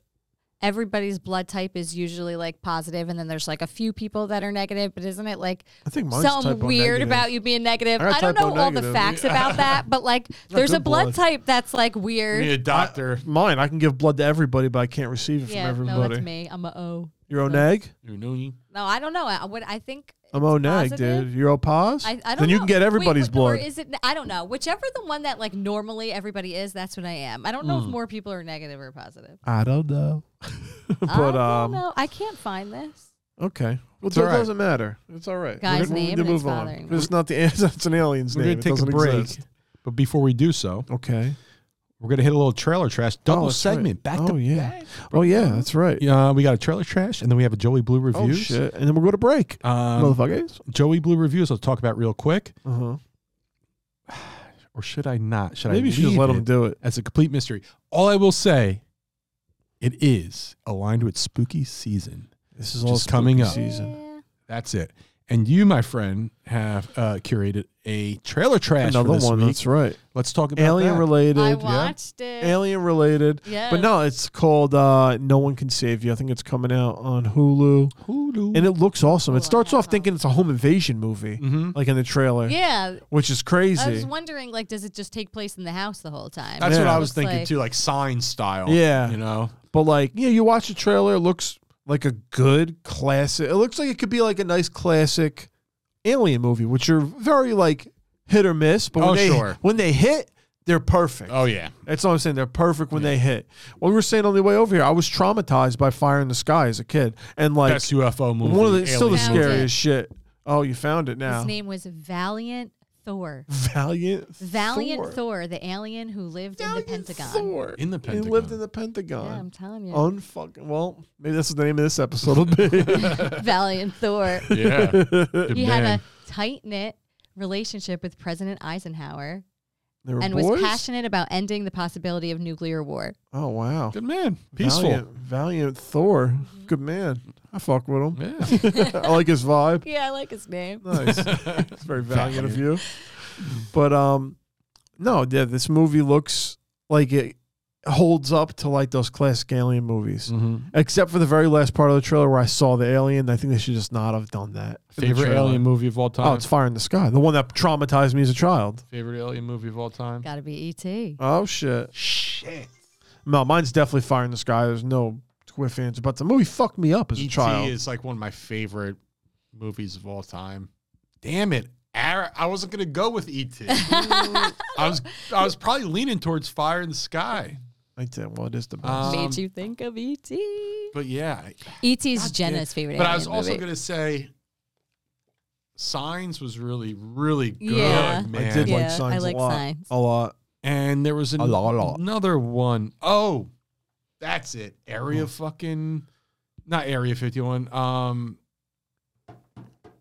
S9: everybody's blood type is usually like positive, and then there's like a few people that are negative? But isn't it like
S8: I think mine's
S9: something
S8: type O
S9: weird
S8: negative.
S9: about you being negative?
S8: I got
S9: I, don't
S8: type O
S9: know all the
S8: negative.
S9: facts about that, but like there's a
S8: good
S9: blood,
S8: blood.
S9: type that's like
S10: I
S9: weird.
S10: need a doctor.
S8: mine. I can give blood to everybody, but I can't receive it
S9: yeah,
S8: from
S9: no, that's
S8: everybody.
S9: me. I'm a O.
S8: You're O neg.
S10: You know you-
S9: No, I don't know. I, what I think.
S8: I'm O neg,
S9: positive?
S8: dude. You're O pos.
S9: I, I don't
S8: Um, then you
S9: know.
S8: can get
S9: Wait,
S8: everybody's
S9: wait, Or
S8: blood.
S9: is it? I don't know. Whichever the one that like normally everybody is, that's what I am. I don't
S8: Hmm.
S9: know if more people are negative or positive.
S8: I don't know. but
S9: I don't
S8: um,
S9: know. I can't find this.
S8: okay. Well,
S10: all
S8: it
S10: right.
S8: doesn't matter. It's all right.
S9: Guy's
S8: We're gonna- we
S9: name
S8: need to
S9: and it's
S8: move on.
S9: bothering me.
S8: It's not the it's an alien's
S7: We're going
S8: name. It
S7: to take a
S8: doesn't
S7: break.
S8: exist.
S7: But before we do so,
S8: Okay.
S7: we're going to hit a little trailer trash double
S8: Oh, that's right.
S7: segment. Back
S8: oh
S7: to
S8: yeah. Oh yeah. That's right.
S7: uh, we got a trailer trash, and then we have a Joey Blue
S8: Oh
S7: reviews.
S8: shit. And then we'll go to break.
S7: Um,
S8: Motherfuckers.
S7: Joey Blue reviews. I'll talk about real quick,
S8: Uh huh.
S7: or should I not? Should I?
S8: Maybe you should just
S7: leave
S8: let
S7: it
S8: them do it.
S7: As a complete mystery. All I will say, it is aligned with spooky season.
S8: This is
S7: all
S8: all
S7: coming up.
S8: Season.
S9: Yeah.
S7: That's it. And you, my friend, have uh, curated a trailer trash. for
S8: Another
S7: this
S8: one.
S7: week.
S8: That's right.
S7: Let's talk about
S8: Alien
S7: that.
S8: related.
S9: I
S8: yeah.
S9: watched it.
S8: Alien related. But
S9: Yes.
S8: no, it's called uh, No One Can Save You. I think it's coming out on Hulu.
S7: Hulu.
S8: And it looks awesome.
S9: Ooh,
S8: It starts
S9: I
S8: off
S9: have
S8: thinking it's a home invasion movie,
S7: Mhm.
S8: like in the trailer,
S9: Yeah.
S8: which is
S9: I was
S8: crazy.
S9: wondering, like, does it just take place in the house the whole time?
S10: That's what
S8: Yeah.
S10: I was
S9: Looks
S10: thinking
S9: like-
S10: too, like sign style.
S8: Yeah.
S10: You know?
S8: But like, yeah, you watch the trailer, it looks like a good classic. It looks like it could be like a nice classic alien movie, which are very like hit or miss. But when
S10: Oh,
S8: they
S10: sure.
S8: when they hit, they're perfect.
S10: Oh yeah.
S8: That's all I'm saying. They're perfect when they hit. What we were saying on the way over here, I was traumatized by Fire in the Sky as a kid, and like
S10: Best UFO movie.
S8: one of the still the
S10: alien
S9: Found it.
S8: scariest shit. Oh, you found it now.
S9: His name was Valiant Thor.
S8: Valiant.
S9: Valiant Thor, the alien who lived in the Pentagon.
S8: Thor. Oh,
S10: In the
S8: He lived
S10: Pentagon.
S8: in the
S9: Yeah, I'm
S8: Pentagon.
S9: telling you.
S8: Unfucking well, maybe that's what the name of this episode will be.
S9: Valiant Thor.
S10: movie. Yeah. Good
S9: he had
S10: man.
S9: a tight knit relationship with President Eisenhower
S8: They were
S9: and
S8: boys?
S9: was passionate about ending the possibility of nuclear war.
S8: Oh wow,
S7: Good man. Peaceful.
S8: Valiant, Valiant Thor,
S9: Mm-hmm.
S8: good man. I fuck with him.
S7: Yeah.
S8: I like his vibe.
S9: Yeah, I like his name.
S8: Nice. it's very valiant of you. But um, no, yeah, this movie looks like it holds up to like those classic alien movies, except for the very last part of the trailer where I saw the alien. I think they should just not have done that. in the
S10: Favorite
S8: trailer.
S10: alien movie of all time.
S8: Oh, it's Fire in the Sky, the one that traumatized me as a child.
S10: Favorite alien movie of all time.
S9: Gotta be E E.T.
S8: Oh shit. Shit. No, mine's definitely Fire in the Sky. There's no quiff answer, but the movie fucked me
S7: E
S8: up as a
S10: E.T.
S8: child.
S10: E is like one of my favorite movies of all time. Damn it. Ara- I wasn't gonna go with E.T. I was I was probably leaning towards Fire in the Sky.
S8: I did. Well, it is the best.
S10: Um,
S9: Made you think of E E.T.
S10: But yeah.
S9: E.T.'s E Jenna's favorite
S10: But
S9: alien
S10: I was also
S9: movie.
S10: gonna say Signs was really, really good,
S9: Yeah. I
S10: man.
S8: I did
S9: Yeah,
S8: like signs
S9: I like
S8: a lot.
S9: Signs.
S8: A lot.
S10: And there was an,
S7: lot, a lot.
S10: another one. Oh, that's it. Area
S8: Oh.
S10: fucking, not Area 51. Um,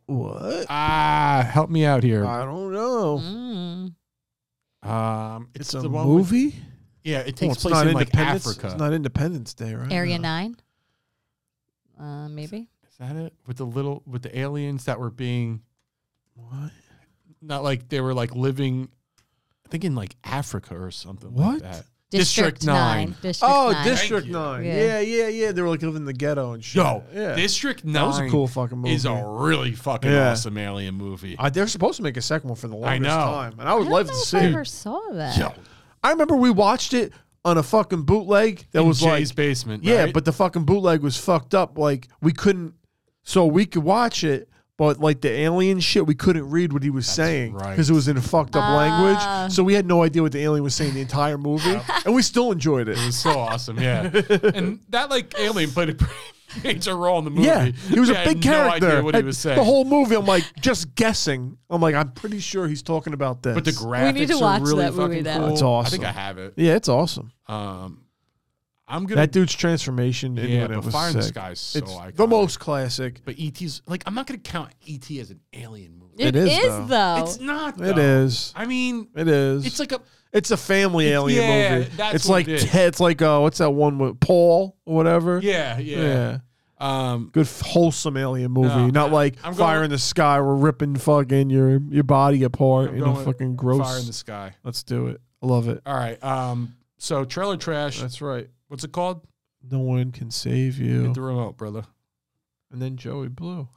S8: What?
S10: ah, help me out here.
S8: I don't know.
S9: Mm.
S10: Um, it's,
S8: Uh, It's
S10: the
S8: a
S10: one with-
S8: movie.
S10: yeah, it
S8: Well,
S10: takes
S8: Oh, it's
S10: place in like
S8: Independence-
S10: Africa.
S8: It's not Independence Day, right?
S9: Area
S8: No.
S9: 9? Uh, maybe.
S10: Is that it? With the little, with the aliens that were being,
S8: What?
S10: not like they were like living, I think in like Africa or something
S8: What?
S10: like that. District Nine.
S9: District
S8: Oh,
S9: 9.
S8: District
S10: you.
S8: Nine. Yeah.
S9: Yeah.
S8: yeah, yeah, They were like living in the ghetto and shit.
S10: Yo,
S8: yeah.
S10: District 9
S8: that was a cool fucking movie.
S10: is a really fucking
S8: Yeah.
S10: awesome alien movie.
S8: Uh, they're supposed to make a second one for the longest
S10: know.
S8: time, and I
S9: I
S8: would
S9: don't
S8: love
S9: know
S8: to
S9: if
S8: see.
S9: I
S8: it.
S9: ever saw that.
S10: Yo,
S8: I remember we watched it on a fucking bootleg that
S10: in
S8: was
S10: Jay's
S8: like,
S10: basement.
S8: yeah,
S10: right?
S8: but the fucking bootleg was fucked up. Like we couldn't, so we could watch it, but like the alien shit, we couldn't read what he was saying
S10: right.
S8: because it was in a fucked up
S9: Ah.
S8: language. So we had no idea what the alien was saying the entire movie, and we still enjoyed it.
S10: It was so awesome, yeah. and that like alien played a pretty major role in the movie.
S8: Yeah, he was
S10: We
S8: a
S10: had
S8: big character.
S10: No idea what he
S8: Like,
S10: was saying.
S8: The whole movie, I'm like just guessing. I'm like, I'm pretty sure he's talking about this.
S10: but the graphics
S9: need to
S10: are
S9: watch
S10: really
S9: that movie
S10: fucking
S9: now.
S10: cool.
S8: It's
S10: I
S8: awesome.
S10: think I have it.
S8: yeah, it's awesome.
S10: Um, I'm gonna
S8: That dude's transformation into
S10: yeah,
S8: it
S10: but
S8: was
S10: Fire in the
S8: sick.
S10: Sky is so
S8: it's
S10: iconic.
S8: the most classic.
S10: But ET's like I'm not gonna count ET as an alien movie.
S8: It is, though.
S9: though.
S10: It's not. Though.
S8: It is.
S10: I mean,
S8: It is.
S10: it's like a
S8: it's a family alien
S10: yeah,
S8: movie.
S10: that's
S8: it's
S10: what
S8: like
S10: it is.
S8: Te- it's like uh, what's that one with Paul or whatever?
S10: yeah, yeah.
S8: yeah.
S10: Um,
S8: Good f- wholesome alien movie,
S10: No,
S8: not like
S10: I'm
S8: Fire
S10: going-
S8: in the Sky. We're ripping fucking your your body apart
S10: I'm
S8: in
S10: going
S8: a
S10: with
S8: fucking gross.
S10: Fire in the Sky.
S8: Let's do it. I love it.
S10: All right. Um, so trailer trash.
S7: Uh,
S8: That's right.
S10: What's it called?
S8: No one can save you.
S10: Hit the remote, brother.
S8: And then Joey Blue.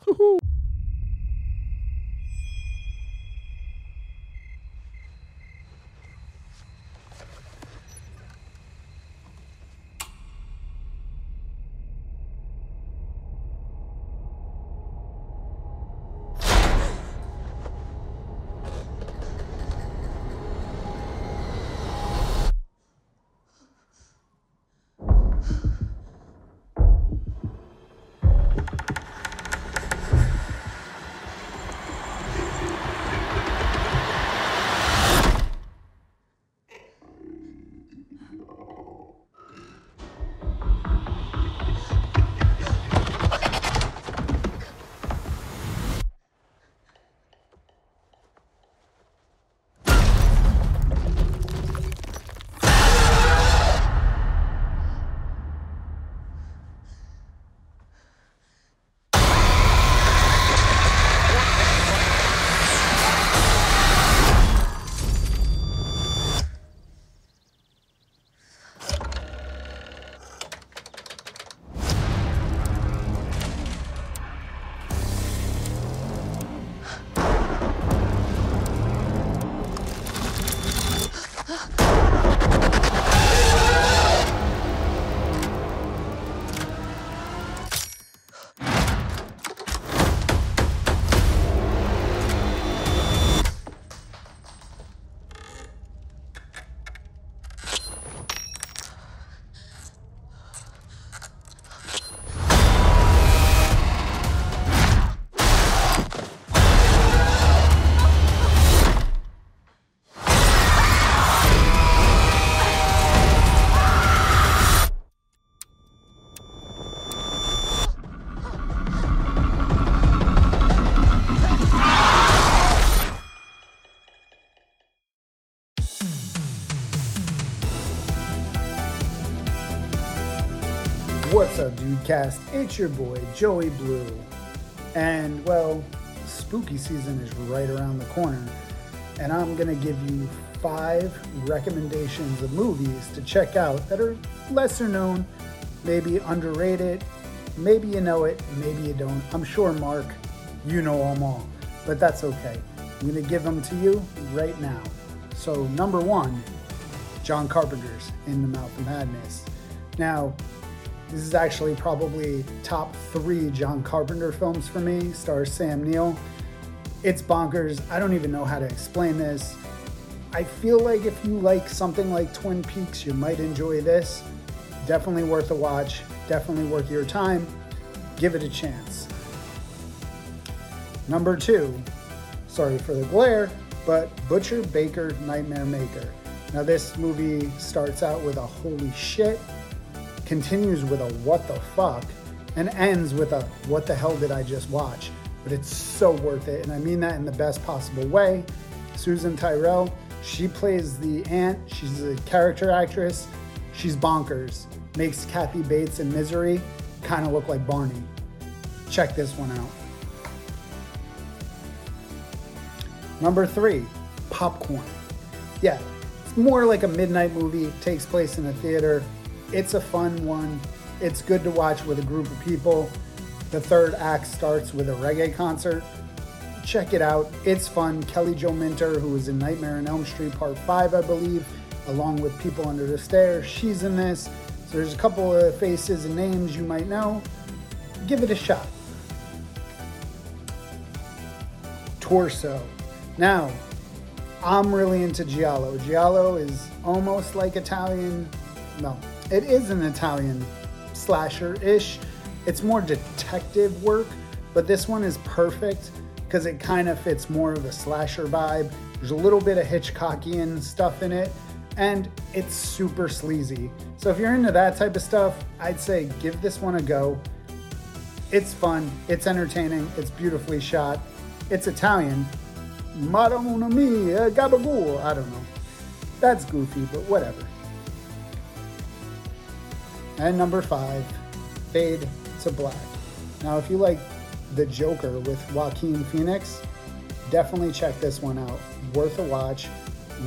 S5: What's up, dude? Cast. It's your boy Joey Blue, and well, spooky season is right around the corner, and I'm gonna give you five recommendations of movies to check out that are lesser known, maybe underrated, maybe you know it, maybe you don't. I'm sure Mark, you know them all, but that's okay. I'm gonna give them to you right now. So number one, John Carpenter's In the Mouth of Madness. Now, this is actually probably top three John Carpenter films for me. Stars Sam Neill. It's bonkers. I don't even know how to explain this. I feel like if you like something like Twin Peaks, you might enjoy this. Definitely worth a watch. Definitely worth your time. Give it a chance. Number two, sorry for the glare, but Butcher Baker Nightmare Maker. Now, this movie starts out with a holy shit continues with a what the fuck and ends with a what the hell did I just watch? But it's so worth it. And I mean that in the best possible way. Susan Tyrell, she plays the aunt. She's a character actress. She's bonkers. Makes Kathy Bates in Misery kind of look like Barney. Check this one out. Number three, popcorn yeah, it's more like a midnight movie. Takes place in a theater. It's a fun one. It's good to watch with a group of people. The third act starts with a reggae concert. Check it out. It's fun. Kelly Jo Minter, who was in Nightmare on Elm Street Part 5, I believe, along with People Under the Stairs, she's in this. So there's a couple of faces and names you might know. Give it a shot. Torso. Now, I'm really into Giallo. Giallo is almost like Italian. No, it is an Italian slasher ish. It's more detective work, but this one is perfect because it kind of fits more of a slasher vibe. There's a little bit of Hitchcockian stuff in it, and it's super sleazy. So if you're into that type of stuff, I'd say give this one a go. It's fun, it's entertaining, it's beautifully shot, it's Italian. Madonna mia, gabagool. I don't know. That's goofy, but whatever. And number five, Fade to Black. Now, if you like The Joker with Joaquin Phoenix, definitely check this one out. Worth a watch.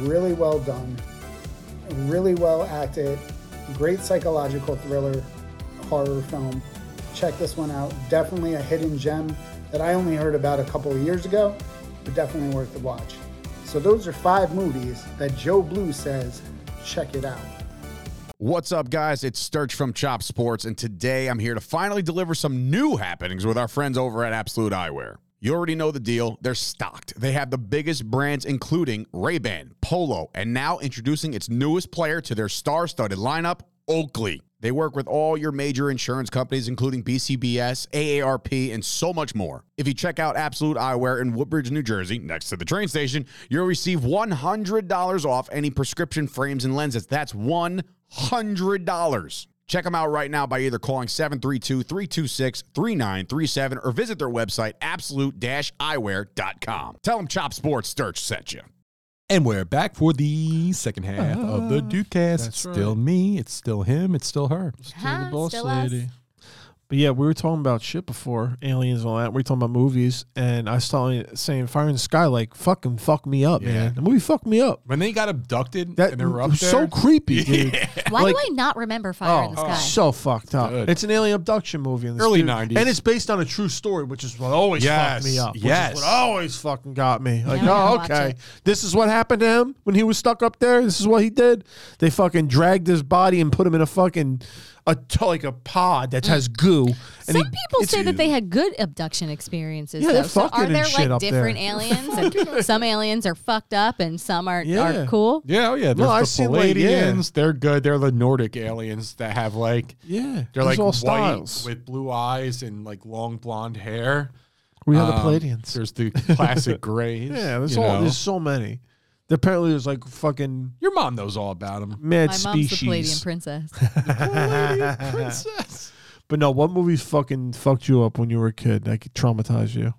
S5: Really well done. Really well acted. Great psychological thriller, horror film. Check this one out. Definitely a hidden gem that I only heard about a couple of years ago, but definitely worth the watch. So, those are five movies that Joe Blue says, check it out.
S11: What's up, guys? It's Sturch from Chop Sports, and today I'm here to finally deliver some new happenings with our friends over at Absolute Eyewear. You already know the deal. They're stocked. They have the biggest brands, including Ray-Ban, Polo, and now introducing its newest player to their star-studded lineup, Oakley. They work with all your major insurance companies, including BCBS, AARP, and so much more. If you check out Absolute Eyewear in Woodbridge, New Jersey, next to the train station, you'll receive $100 off any prescription frames and lenses. That's $100. Check them out right now by either calling 732 326 3937 or visit their website, absolute eyewear.com. Tell them Chop Sports Sturch sent you.
S7: And we're back for the second half
S10: Ah,
S7: of the Dudecast. It's still me. It's still him. It's still her.
S9: Huh? Still us.
S8: But yeah, we were talking about shit before aliens and all that. We were talking about movies, and I started saying "Fire in the Sky" like fucking fuck me up, man. The movie fucked me up.
S10: When they got abducted
S8: That
S10: and they were up
S8: was
S10: there,
S8: so creepy, dude.
S9: Why
S8: Like-
S9: do I not remember Fire in the
S10: Oh.
S9: Sky?
S8: Oh. So fucked up.
S10: Good.
S8: It's an alien abduction movie in the
S10: Early
S8: stu-
S10: 90s.
S8: and it's based on a true story, which is what always
S10: Yes,
S8: fucked me up. which is
S10: yes.
S8: what always fucking got me. Like,
S9: Now I
S8: oh,
S9: gotta watch
S8: okay,
S9: it.
S8: this is what happened to him when he was stuck up there. This is what he did. They fucking dragged his body and put him in a fucking a t- like a pod that has goo. And
S9: Mm. Some
S8: he-
S9: people say that they had good abduction experiences.
S8: Yeah,
S9: though.
S8: they're
S9: So
S8: fucking
S9: are
S8: and
S9: there
S8: shit
S9: like
S8: up there.
S9: different aliens? And some aliens are fucked up, and some are
S8: Yeah.
S9: are cool.
S10: Yeah, oh yeah. There's
S8: I've
S10: the
S8: seen, like, yeah.
S10: Palladians. They're good. They're the Nordic aliens that have like
S8: yeah,
S10: they're
S8: there's
S10: like
S8: all
S10: white
S8: styles.
S10: with blue eyes and like long blonde hair.
S8: we have the
S10: Um,
S8: Palladians.
S10: There's the classic grays.
S8: Yeah, there's
S10: you
S8: all
S10: know.
S8: there's so many. Apparently, there's like fucking
S10: Your mom knows all about them.
S8: mad
S9: My mom's
S8: species.
S9: the Palladian princess.
S10: Princess.
S8: But no, what movie fucking fucked you up when you were a kid? Like it traumatized you?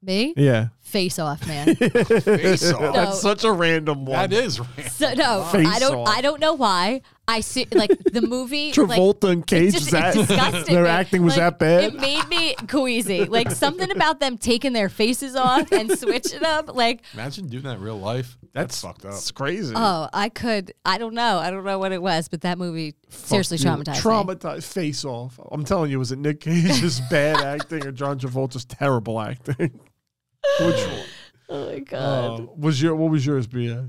S9: Me?
S8: Yeah.
S9: Face off, man.
S10: Face off.
S9: No.
S8: such a random one.
S10: That is random.
S9: So no,
S8: Face
S9: I don't.
S8: Off.
S9: I don't know why. I see like the movie. Like,
S8: Travolta and Cage
S9: just,
S8: that
S9: it disgusted
S8: their
S9: me.
S8: acting was that
S9: Like,
S8: bad.
S9: It made me queasy. Like something about them taking their faces off and switching up. Like
S10: Imagine doing that in real life. That's, fucked up.
S8: It's crazy.
S9: oh, I could. I don't know. I don't know what it was, but that movie seriously
S8: Fuck you.
S9: traumatized me.
S8: Traumatized. Face off. I'm telling you, was it Nick Cage's bad acting or John Travolta's terrible acting? Which one?
S9: Oh my god.
S8: Uh, was your what was yours, Bia?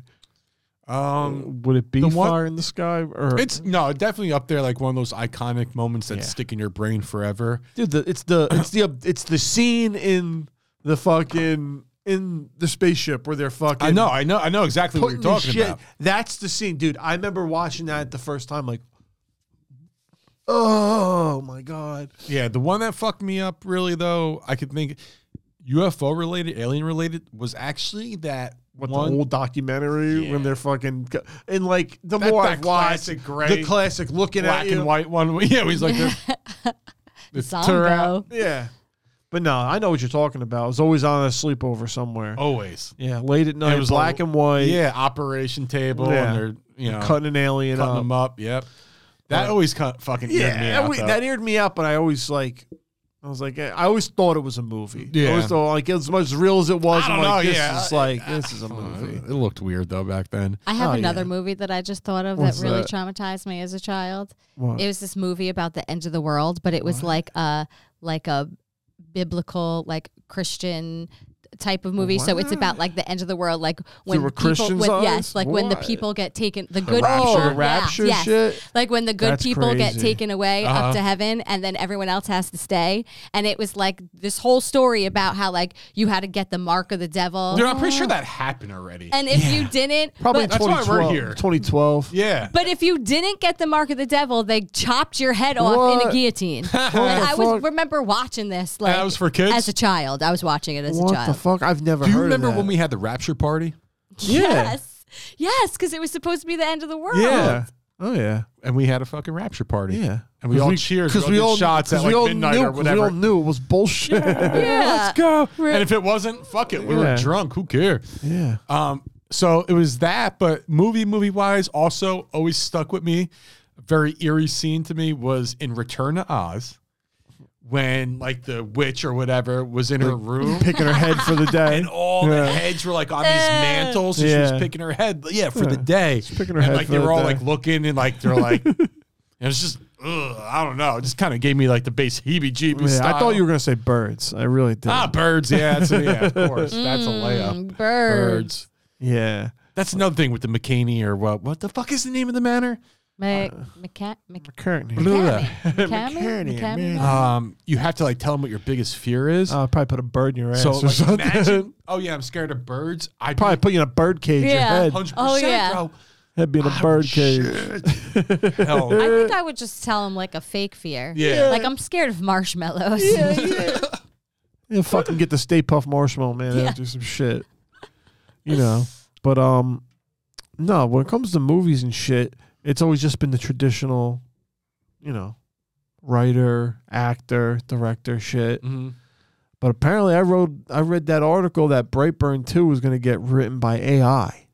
S10: Um,
S8: Would it be
S10: The one-
S8: Fire in the Sky or
S10: it's no, definitely up there like one of those iconic moments that
S8: Yeah.
S10: stick in your brain forever.
S8: Dude, the, it's the it's the it's the scene in the fucking in the spaceship where they're fucking
S10: I know, I know, I know exactly what
S8: putting
S10: you're
S8: the
S10: talking
S8: shit.
S10: about.
S8: That's the scene, dude. I remember watching that the first time, like, oh my god.
S10: Yeah, the one that fucked me up really though, I could think UFO related, alien related was actually that
S8: What
S10: one
S8: the old documentary when they're fucking go- and like the
S10: That-
S8: more
S10: that
S8: I've watched,
S10: classic gray-
S8: the classic looking
S10: black
S8: at you,
S10: and white one. uh, Yeah, he's like this. this
S9: Zongo.
S8: yeah. But no, I know what you're talking about. It was always on a sleepover somewhere.
S10: always.
S8: Yeah, late at night,
S10: Oh. was
S8: black
S10: all-
S8: and white,
S10: Yeah, operation table
S8: Yeah.
S10: and they're you know cutting,
S8: cutting an alien up.
S10: them up. Yep, that
S8: Uh,
S10: always cut fucking
S8: Yeah,
S10: eared me
S8: that,
S10: out.
S8: we-
S10: though.
S8: that eared me out, but I always like, I was like, I always thought it was a movie. I
S10: Yeah.
S8: always thought like as much real as it was.
S10: I
S8: I'm
S10: don't
S8: like,
S10: know,
S8: this
S10: yeah.
S8: is like this is a
S10: Uh,
S8: movie.
S10: it looked weird though back then.
S9: I have
S8: Oh,
S9: another
S8: yeah.
S9: movie that I just thought of
S8: What's
S9: that really
S8: that?
S9: traumatized me as a child.
S8: What?
S9: It was this movie about the end of the world, but it was like a like a biblical, like Christian type of movie. So it's about like the end of the world, like when
S8: were
S9: people,
S8: Christians
S9: when-
S8: on
S9: yes,
S8: this?
S9: like when the
S8: Why?
S9: people get taken, the good
S8: rapture?
S9: people,
S8: The
S9: yeah,
S8: rapture
S9: yes.
S8: shit?
S9: like when the good
S8: That's
S9: people get
S8: crazy.
S9: taken away
S10: Uh-huh.
S9: up to heaven, and then everyone else has to stay. And it was like this whole story about how like you had to get the mark of the devil,
S10: Dude, I'm pretty sure that happened already.
S9: and if you didn't,
S8: Probably
S9: but-
S10: That's why we're
S8: 2012.
S10: here.
S8: 2012.
S10: yeah,
S9: but if you didn't get the mark of the devil, they chopped your head off in
S8: What?
S9: a guillotine. like, I was
S8: fuck?
S9: remember watching this like
S10: that was for kids?
S9: as a child. I was watching it as a
S8: What the
S9: child.
S8: fuck? I've never.
S10: do you
S8: heard of
S10: remember
S8: that.
S10: when we had the rapture party?
S8: Yeah.
S9: Yes. Yes, because it was supposed to be the end of the world.
S8: Yeah. Oh yeah.
S7: And we had a fucking rapture party.
S8: Yeah.
S7: And we all cheered.
S8: because we all
S7: did shots at
S8: 'cause
S7: like
S8: we all
S7: midnight
S8: knew,
S7: or
S8: 'cause We all
S7: whatever.
S8: knew it was bullshit.
S9: Yeah.
S7: Let's go.
S9: We're-
S7: And if it wasn't, fuck it. We
S8: Yeah.
S7: were drunk. Who cares?
S8: yeah.
S7: Um, so it was that, but movie movie wise, also always stuck with me. A very eerie scene to me was in Return to Oz when like the witch or whatever was in her room.
S8: Picking her head for the day.
S7: And all the heads were like on these
S9: Eh.
S7: mantles. So She
S8: Yeah.
S7: was picking her head, but yeah, for the day.
S8: picking her
S7: and
S8: head
S7: like
S8: for
S7: they
S8: the
S7: were all
S8: day.
S7: like looking and like they're like, and it's just, ugh, I don't know. It just kind of gave me like the base heebie-jeebies.
S8: Yeah, I
S7: style.
S8: thought you were gonna say birds. I really did.
S7: ah birds. Yeah, that's, yeah, of course, that's a
S9: Mm,
S7: layup. Birds.
S9: birds.
S8: Yeah.
S7: That's another thing with the McCaney or what? What the fuck is the name of the manor?
S9: Mc,
S8: Uh,
S9: McCa- Mc-
S8: Currently.
S7: Blue.
S9: McCammy. McCammy?
S8: McCartney,
S9: McCammy?
S7: Um, you have to like tell them what your biggest fear is.
S8: I'll Ah, probably put a bird in your ass
S7: Oh, so
S8: or
S7: like,
S8: something.
S7: imagine, oh yeah, I'm scared of birds. I'd
S8: probably put you in a bird cage. Your
S9: Yeah.
S8: head.
S7: 100
S9: Oh, yeah.
S7: bro.
S8: Head be in
S7: Ah,
S8: a bird cage.
S7: Hell,
S9: I think I would just tell him like a fake fear.
S7: Yeah.
S9: Like I'm scared of marshmallows.
S8: Yeah, fucking get the Stay Puff Marshmallow Man
S9: Yeah.
S8: after some shit. You know. But um no, when it comes to movies and shit, it's always just been the traditional, you know, writer, actor, director shit.
S7: Mhm.
S8: But apparently I wrote I read that article that Brightburn 2 was going to get written by AI,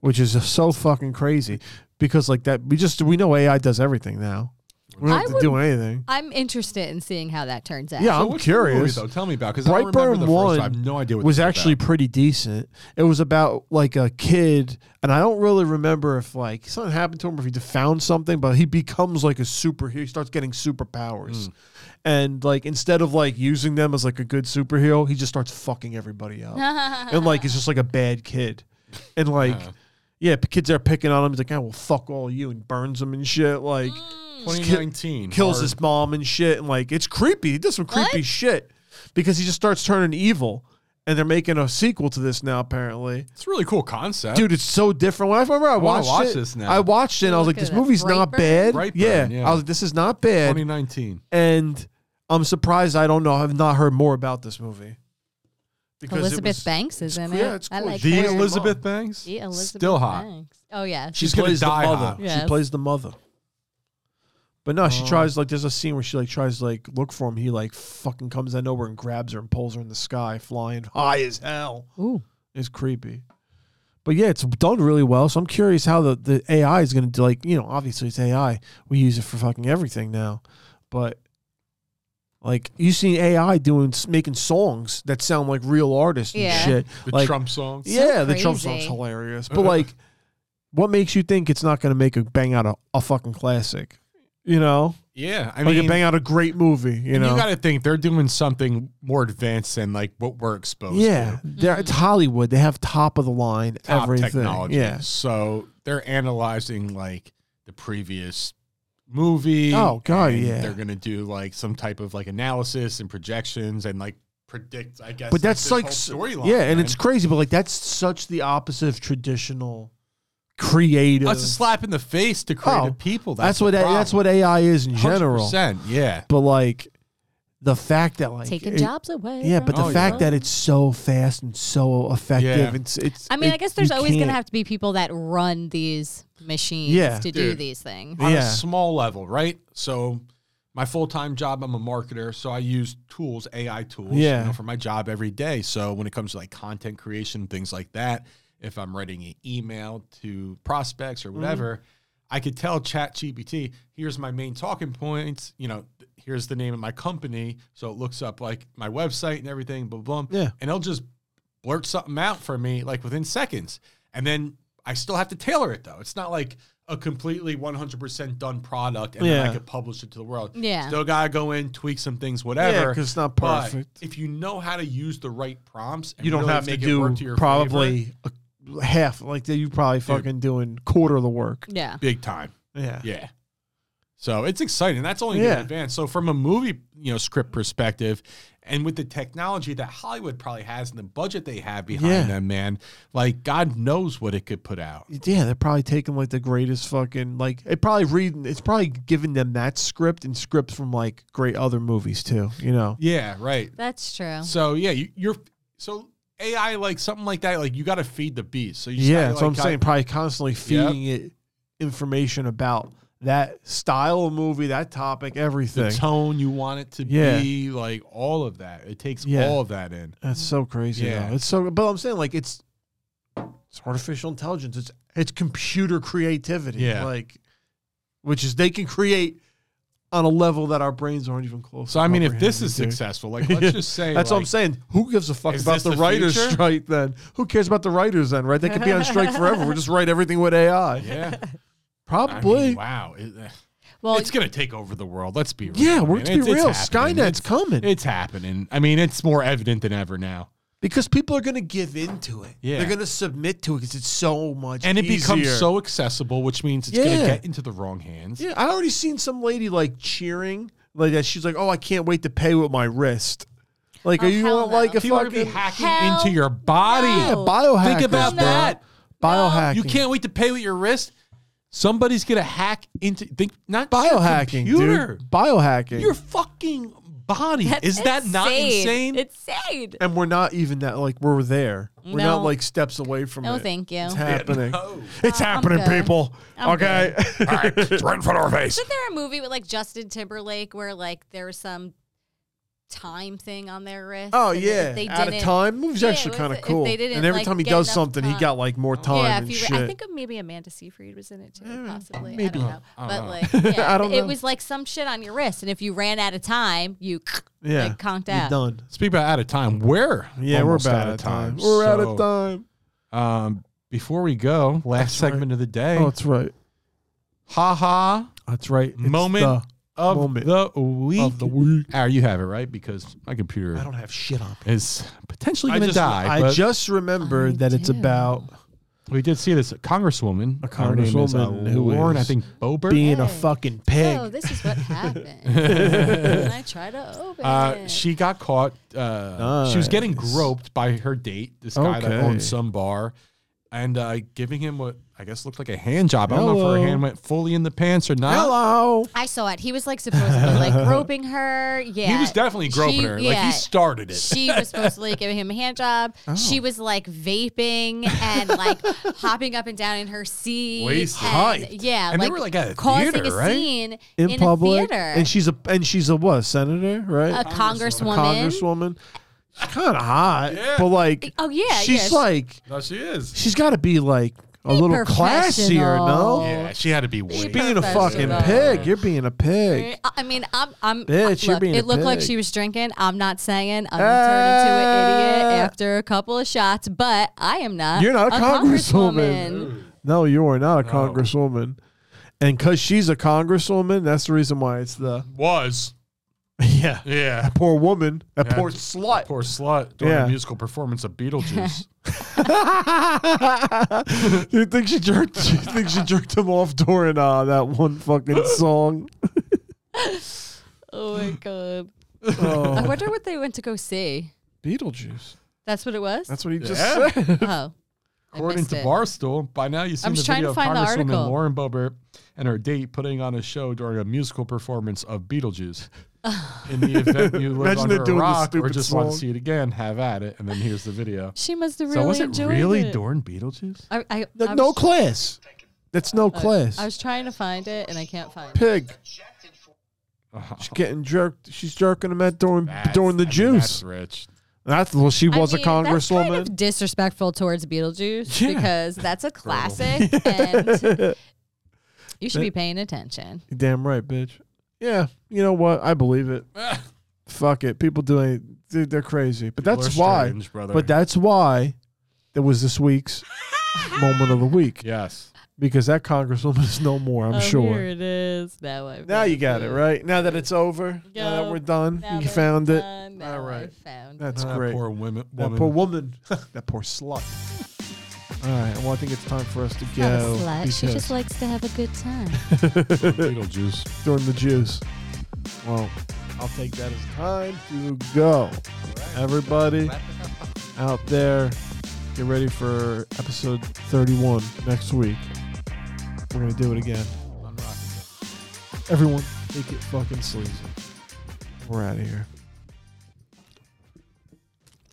S8: which is just so fucking crazy because like that we just we know AI does everything now. We don't
S9: I
S8: have to do anything.
S9: I'm interested in seeing how that turns out.
S8: Yeah,
S7: So
S8: I'm
S7: what's the movie,
S8: curious.
S7: though? Tell me about because I don't remember
S8: Brightburn
S7: the first.
S8: One
S7: I have no idea what
S8: was
S7: this is
S8: actually
S7: about.
S8: pretty decent. It was about like a kid, and I don't really remember if like something happened to him or if he found something, but he becomes like a superhero. He starts getting
S7: Hmm.
S8: superpowers, and like instead of like using them as like a good superhero, he just starts fucking everybody up, and like it's just like a bad kid, and like.
S7: Uh-huh.
S8: Yeah, p- kids are picking on him. He's like, "I will fuck all you," and burns him and shit. Like, just kill-
S7: 2019
S8: kills
S7: hard.
S8: his mom and shit, and like it's creepy. He does some creepy shit because he just starts turning evil, and they're making a sequel to this now. Apparently,
S7: It's a really cool concept,
S8: dude, it's so different. When I remember, I
S7: wanna
S8: watched
S7: watch
S8: it.
S7: this now.
S8: I watched it, and I was like,
S9: Look at
S8: this
S9: that.
S8: movie's not
S9: Brightburn?
S8: bad.
S7: Brightburn,
S8: yeah.
S7: yeah.
S8: I was like, this is not bad,
S7: 2019.
S8: and I'm surprised. I don't know. I've not heard more about this movie. Because it
S9: Elizabeth
S8: was-
S9: Banks is in it.
S8: yeah, it's
S9: I
S8: cool.
S9: like
S7: The
S9: her.
S7: Elizabeth Banks,
S9: The Elizabeth
S7: still hot.
S9: Banks. Oh yeah.
S8: She
S7: She's gonna
S8: plays the
S7: die
S8: mother.
S7: hot.
S9: Yes.
S8: She plays the mother. But no,
S7: Oh.
S8: she tries like there's a scene where she like tries to like look for him. He like fucking comes out of nowhere and grabs her and pulls her in the sky, flying high as hell.
S9: Ooh.
S8: It's creepy. But yeah, it's done really well. So I'm curious how the, the AI is gonna do like, you know, obviously it's AI. We use it for fucking everything now. But like you seen AI doing making songs that sound like real artists and
S9: Yeah.
S8: shit.
S7: the
S8: like,
S7: Trump song.
S8: yeah, the Trump
S9: crazy.
S8: song's hilarious. But like, what makes you think it's not going to make a bang out a, a fucking classic? You know,
S7: Yeah, I
S8: like
S7: mean,
S8: a bang out a great movie. You
S7: and
S8: know,
S7: you got to think they're doing something more advanced than like what we're exposed to.
S8: yeah, they're, it's Hollywood. They have top of the line
S7: Mm-hmm. top
S8: everything.
S7: technology.
S8: Yeah.
S7: So they're analyzing like the previous movie.
S8: Oh, God,
S7: and
S8: yeah.
S7: They're gonna do like some type of like analysis and projections and like predict. I guess.
S8: But that's
S7: this
S8: like,
S7: whole
S8: s-
S7: storyline.
S8: yeah, and
S7: man.
S8: it's crazy. But like, that's such the opposite of traditional creative.
S7: that's a slap in the face to creative people.
S8: Oh, That's,
S7: That's,
S8: what A- that's what AI is in general.
S7: Percent. Yeah.
S8: But like, the fact that like
S9: Taking
S8: it-
S9: jobs away.
S8: Yeah, but the
S7: Oh,
S8: fact
S7: yeah.
S8: that it's so fast and so effective,
S7: Yeah.
S8: it's it's.
S9: I mean,
S8: it-
S9: I guess there's
S8: you
S9: always going
S8: can't-
S9: to have to be people that run these machines
S8: Yeah.
S9: to do
S7: Dude.
S9: these things.
S7: on a
S8: Yeah.
S7: small level, right? So my full-time job, I'm a marketer, so I use tools, AI tools, you
S8: Yeah.
S7: know, for my job every day. So when it comes to like content creation, things like that, if I'm writing an email to prospects
S8: Mm-hmm.
S7: or whatever, I could tell ChatGPT, here's my main talking points, you know, th- here's the name of my company, so it looks up like my website and everything, blah blah. blah.
S8: Yeah.
S7: And it'll just blurt something out for me like within seconds. And then I still have to tailor it though. It's not like a completely 100% done product and then
S8: Yeah.
S7: I could publish it to the world.
S9: Yeah.
S7: Still got to go in, tweak some things, whatever.
S8: 'cause it's not
S7: But
S8: perfect.
S7: if you know how to use the right prompts, and
S8: You don't
S7: really
S8: have to
S7: make it work
S8: do
S7: to your favor,
S8: probably a, half like that. You probably fucking doing quarter of the work.
S9: Yeah.
S7: big time.
S8: Yeah,
S7: Yeah. So it's exciting. That's only
S8: Yeah.
S7: in advance. So from a movie, you know, script perspective, and with the technology that Hollywood probably has and the budget they have behind
S8: Yeah.
S7: them, man, like God knows what it could put out.
S8: yeah. They're probably taking like the greatest fucking like. It probably reading. It's probably giving them that script and scripts from like great other movies too. You know.
S7: Yeah, right.
S8: Oh.
S9: That's true.
S7: So yeah, you, you're so
S10: AI like something like that. Like you got to feed the beast. So you just
S8: Yeah,
S10: gotta,
S8: that's what I'm
S10: like,
S8: saying.
S10: got-
S8: Probably constantly feeding it information about that style of movie, that topic,
S10: the
S8: everything.
S10: tone you want it to
S8: Yeah.
S10: be, like all of that. It takes
S8: Yeah.
S10: all of that in.
S8: That's so crazy.
S10: Yeah.
S8: Yeah, it's so. But I'm saying like it's it's artificial intelligence. It's it's computer creativity.
S10: Yeah.
S8: like which is they can create on a level that our brains aren't even close.
S10: So
S8: to
S10: I mean, if this is
S8: comprehending, dude.
S10: successful, like let's just say
S8: that's what I'm
S10: like,
S8: saying. Who gives a fuck
S10: Is
S8: about
S10: this
S8: the
S10: the
S8: writers'
S10: future?
S8: strike? Then who cares about the writers? Then right? They could be on strike forever. We'll just write everything with AI.
S10: Yeah, I
S8: Probably.
S10: mean, wow. It- uh,
S9: Well,
S10: it's gonna take over the world. Let's be real.
S8: Oh, Yeah, we're
S10: man.
S8: to be
S10: It's- it's
S8: real.
S10: happening.
S8: Skynet's
S10: It's-
S8: coming
S10: It's happening. I mean, it's more evident than ever now.
S8: because people are going to give in to it.
S10: Yeah.
S8: They're going to submit to it because it's so much
S10: And it becomes
S8: easier.
S10: so accessible, which means it's
S8: Yeah.
S10: gonna get into the wrong hands.
S8: Yeah, I already seen some lady like cheering like that. She's like, "Oh, I can't wait to pay with my wrist." Like,
S9: Oh,
S8: are you
S9: hell
S8: want
S9: no.
S8: like a
S10: People are gonna be
S8: fucking
S10: hacking
S9: Hell
S10: into your body.
S9: no.
S8: yeah, biohackers?
S10: Think about
S8: bro.
S10: that.
S8: Biohacking.
S10: You can't wait to pay with your wrist. Somebody's gonna hack into think not your
S8: biohacking,
S10: computer,
S8: dude. Biohacking.
S10: Your fucking body.
S9: that's
S10: Is that not insane?
S9: Insane.
S8: and we're not even that like we're there. We're
S9: No.
S8: not like steps away from
S9: No,
S8: it.
S9: thank you.
S8: It's happening. It's
S9: Uh, I'm
S8: happening,
S9: good.
S8: people.
S9: I'm
S8: okay.
S1: All right, it's right in front of our face.
S9: Isn't there a movie with like Justin Timberlake where like there was some time thing on their wrist?
S8: Oh
S9: and
S8: yeah,
S9: if they
S8: out of
S9: didn't-
S8: time. Movie's
S9: Yeah,
S8: actually
S9: it was-
S8: kind of
S9: if
S8: cool.
S9: they didn't,
S8: and every
S9: like,
S8: time he
S9: get
S8: does
S9: enough
S8: something, he
S9: time.
S8: got like more time
S9: Yeah,
S8: and
S9: if you
S8: shit.
S9: re- I think maybe Amanda Seyfried was in it too, possibly. I don't know, but
S8: know.
S9: like, yeah,
S8: I don't
S9: it
S8: know.
S9: was like some shit on your wrist, and if you ran out of time, you
S8: yeah,
S9: like conked
S8: you're
S9: out.
S8: done.
S10: Speak about out of time. We're
S8: Yeah,
S10: almost
S8: we're about
S10: out of time.
S8: We're out
S10: So,
S8: of time.
S10: Um, before we go, last
S8: right.
S10: segment of the day.
S8: Oh, that's right.
S10: ha ha
S8: That's right. It's
S10: Moment of
S8: moment
S10: the week.
S8: of the week.
S10: Ah, you have it right because my computer
S8: I don't have shit on. me.
S10: is potentially
S8: I
S10: going to
S8: just,
S10: die.
S8: I
S10: but
S8: just remembered
S9: I
S8: that it's
S9: do.
S8: about
S10: we did see this congresswoman.
S8: A
S10: Her name is, uh,
S8: congresswoman who
S10: Lauren, I
S8: is
S10: think Boebert.
S8: being a
S9: Hey.
S8: fucking pig.
S9: Oh, this is what happened. and I try to open
S10: Uh,
S9: it.
S10: she got caught. Uh, She was getting
S8: Nice.
S10: groped by her date, this guy that
S8: Okay.
S10: owned some bar, and uh, giving him what I guess looked like a hand job. I don't know if
S8: Hello.
S10: her hand went fully in the pants or not.
S8: Hello.
S9: I saw it. He was like supposedly like groping her. Yeah,
S10: He was definitely groping
S9: She-
S10: her. Like
S9: yeah.
S10: he started it.
S9: She was supposedly giving him a hand job.
S8: Oh.
S9: She was like vaping and like hopping up and down in her seat.
S10: Waist
S9: and,
S10: high.
S9: Yeah,
S10: And they
S9: like
S10: were, like, at a
S9: causing
S10: theater,
S9: a
S10: right?
S9: scene
S8: In,
S9: in,
S8: public,
S9: a theater.
S8: and she's a and she's a what senator, right?
S9: a congresswoman.
S8: Congresswoman. She's kind of hot, but like,
S9: Oh, yeah,
S8: she's
S9: yes.
S8: like,
S10: no, she is.
S8: she's got to be like a
S9: Be
S8: little classier, no?
S9: professional.
S10: Yeah, she had to be way.
S8: Being a fucking
S9: Professional.
S8: pig, you're being a pig.
S9: I mean, I'm. I'm
S8: Bitch, you're
S9: look,
S8: being a
S9: it looked like
S8: pig.
S9: she was drinking. I'm not saying I'm gonna turn into an
S8: Ah.
S9: idiot after a couple of shots, but I am not.
S8: You're not a congresswoman. No, you are not a congresswoman, and because she's a congresswoman, that's the reason why it's the
S10: was.
S8: yeah
S10: Yeah.
S8: poor woman, that
S10: Yeah.
S8: poor slut.
S10: Poor slut during
S8: Yeah.
S10: a musical performance of Beetlejuice.
S8: you think she jerked? You think she jerked him off during uh, that one fucking song?
S9: Oh my god! I
S8: Oh,
S9: wonder what they went to go see.
S8: Beetlejuice.
S9: That's what it was.
S8: That's what he just
S10: Yeah.
S8: said.
S9: oh, I
S10: According
S9: missed
S10: to
S9: it.
S10: Barstool, by now you've seen
S9: I'm
S10: the
S9: just trying
S10: video
S9: to
S10: of
S9: find the
S10: Congresswoman
S9: article.
S10: Lauren Boebert and her date putting on a show during a musical performance of Beetlejuice. In the event you live
S8: Imagine
S10: under
S8: they're
S10: a
S8: doing this
S10: rock or
S8: stupid
S10: just want to
S8: song.
S10: see it again, have at it. And then here's the video.
S9: She must have really
S10: so was it
S9: enjoyed
S10: really
S9: it.
S10: during Beetlejuice?
S9: I, I,
S8: No,
S9: I
S8: no
S9: was,
S8: class. That's no class.
S9: Uh, I was trying to find it and I can't find it.
S8: Pig. She's getting jerked. She's jerking him at during
S10: That's-
S8: during the
S10: I mean,
S8: juice.
S10: that's rich.
S8: that's, well, she
S9: I
S8: was
S9: mean,
S8: a
S9: that's
S8: congresswoman.
S9: kind of disrespectful towards Beetlejuice
S8: Yeah.
S9: because that's a classic, and you should be paying attention.
S8: You Damn right, bitch. Yeah, you know what? I believe it. Fuck it. People doing dude, they're crazy. But
S10: People
S8: that's
S10: are
S8: why.
S10: strange, brother.
S8: But that's why there was this week's moment of the week
S10: Yes.
S8: because that congresswoman is no more. I'm
S9: oh,
S8: sure.
S9: Here it is. Now I.
S8: Now you got it right. Now that it's over. Now that
S9: Yo,
S8: we're done.
S9: Now
S8: you
S9: that
S8: found
S9: I'm
S8: it.
S9: done, Now
S10: All
S9: I
S10: right.
S9: found it.
S8: That's
S10: Ah,
S8: great.
S10: Poor women,
S8: that
S10: woman.
S8: poor woman. that poor slut. All right. Well, I think it's time for us to go.
S9: Not a slut. She
S8: because-
S9: just likes to have a good time.
S10: Beetlejuice.
S8: during the juice. Well, I'll take that as time to go. Everybody out there, get ready for episode 31 next week. We're going to do it again. Everyone, make it fucking sleazy. We're out of here.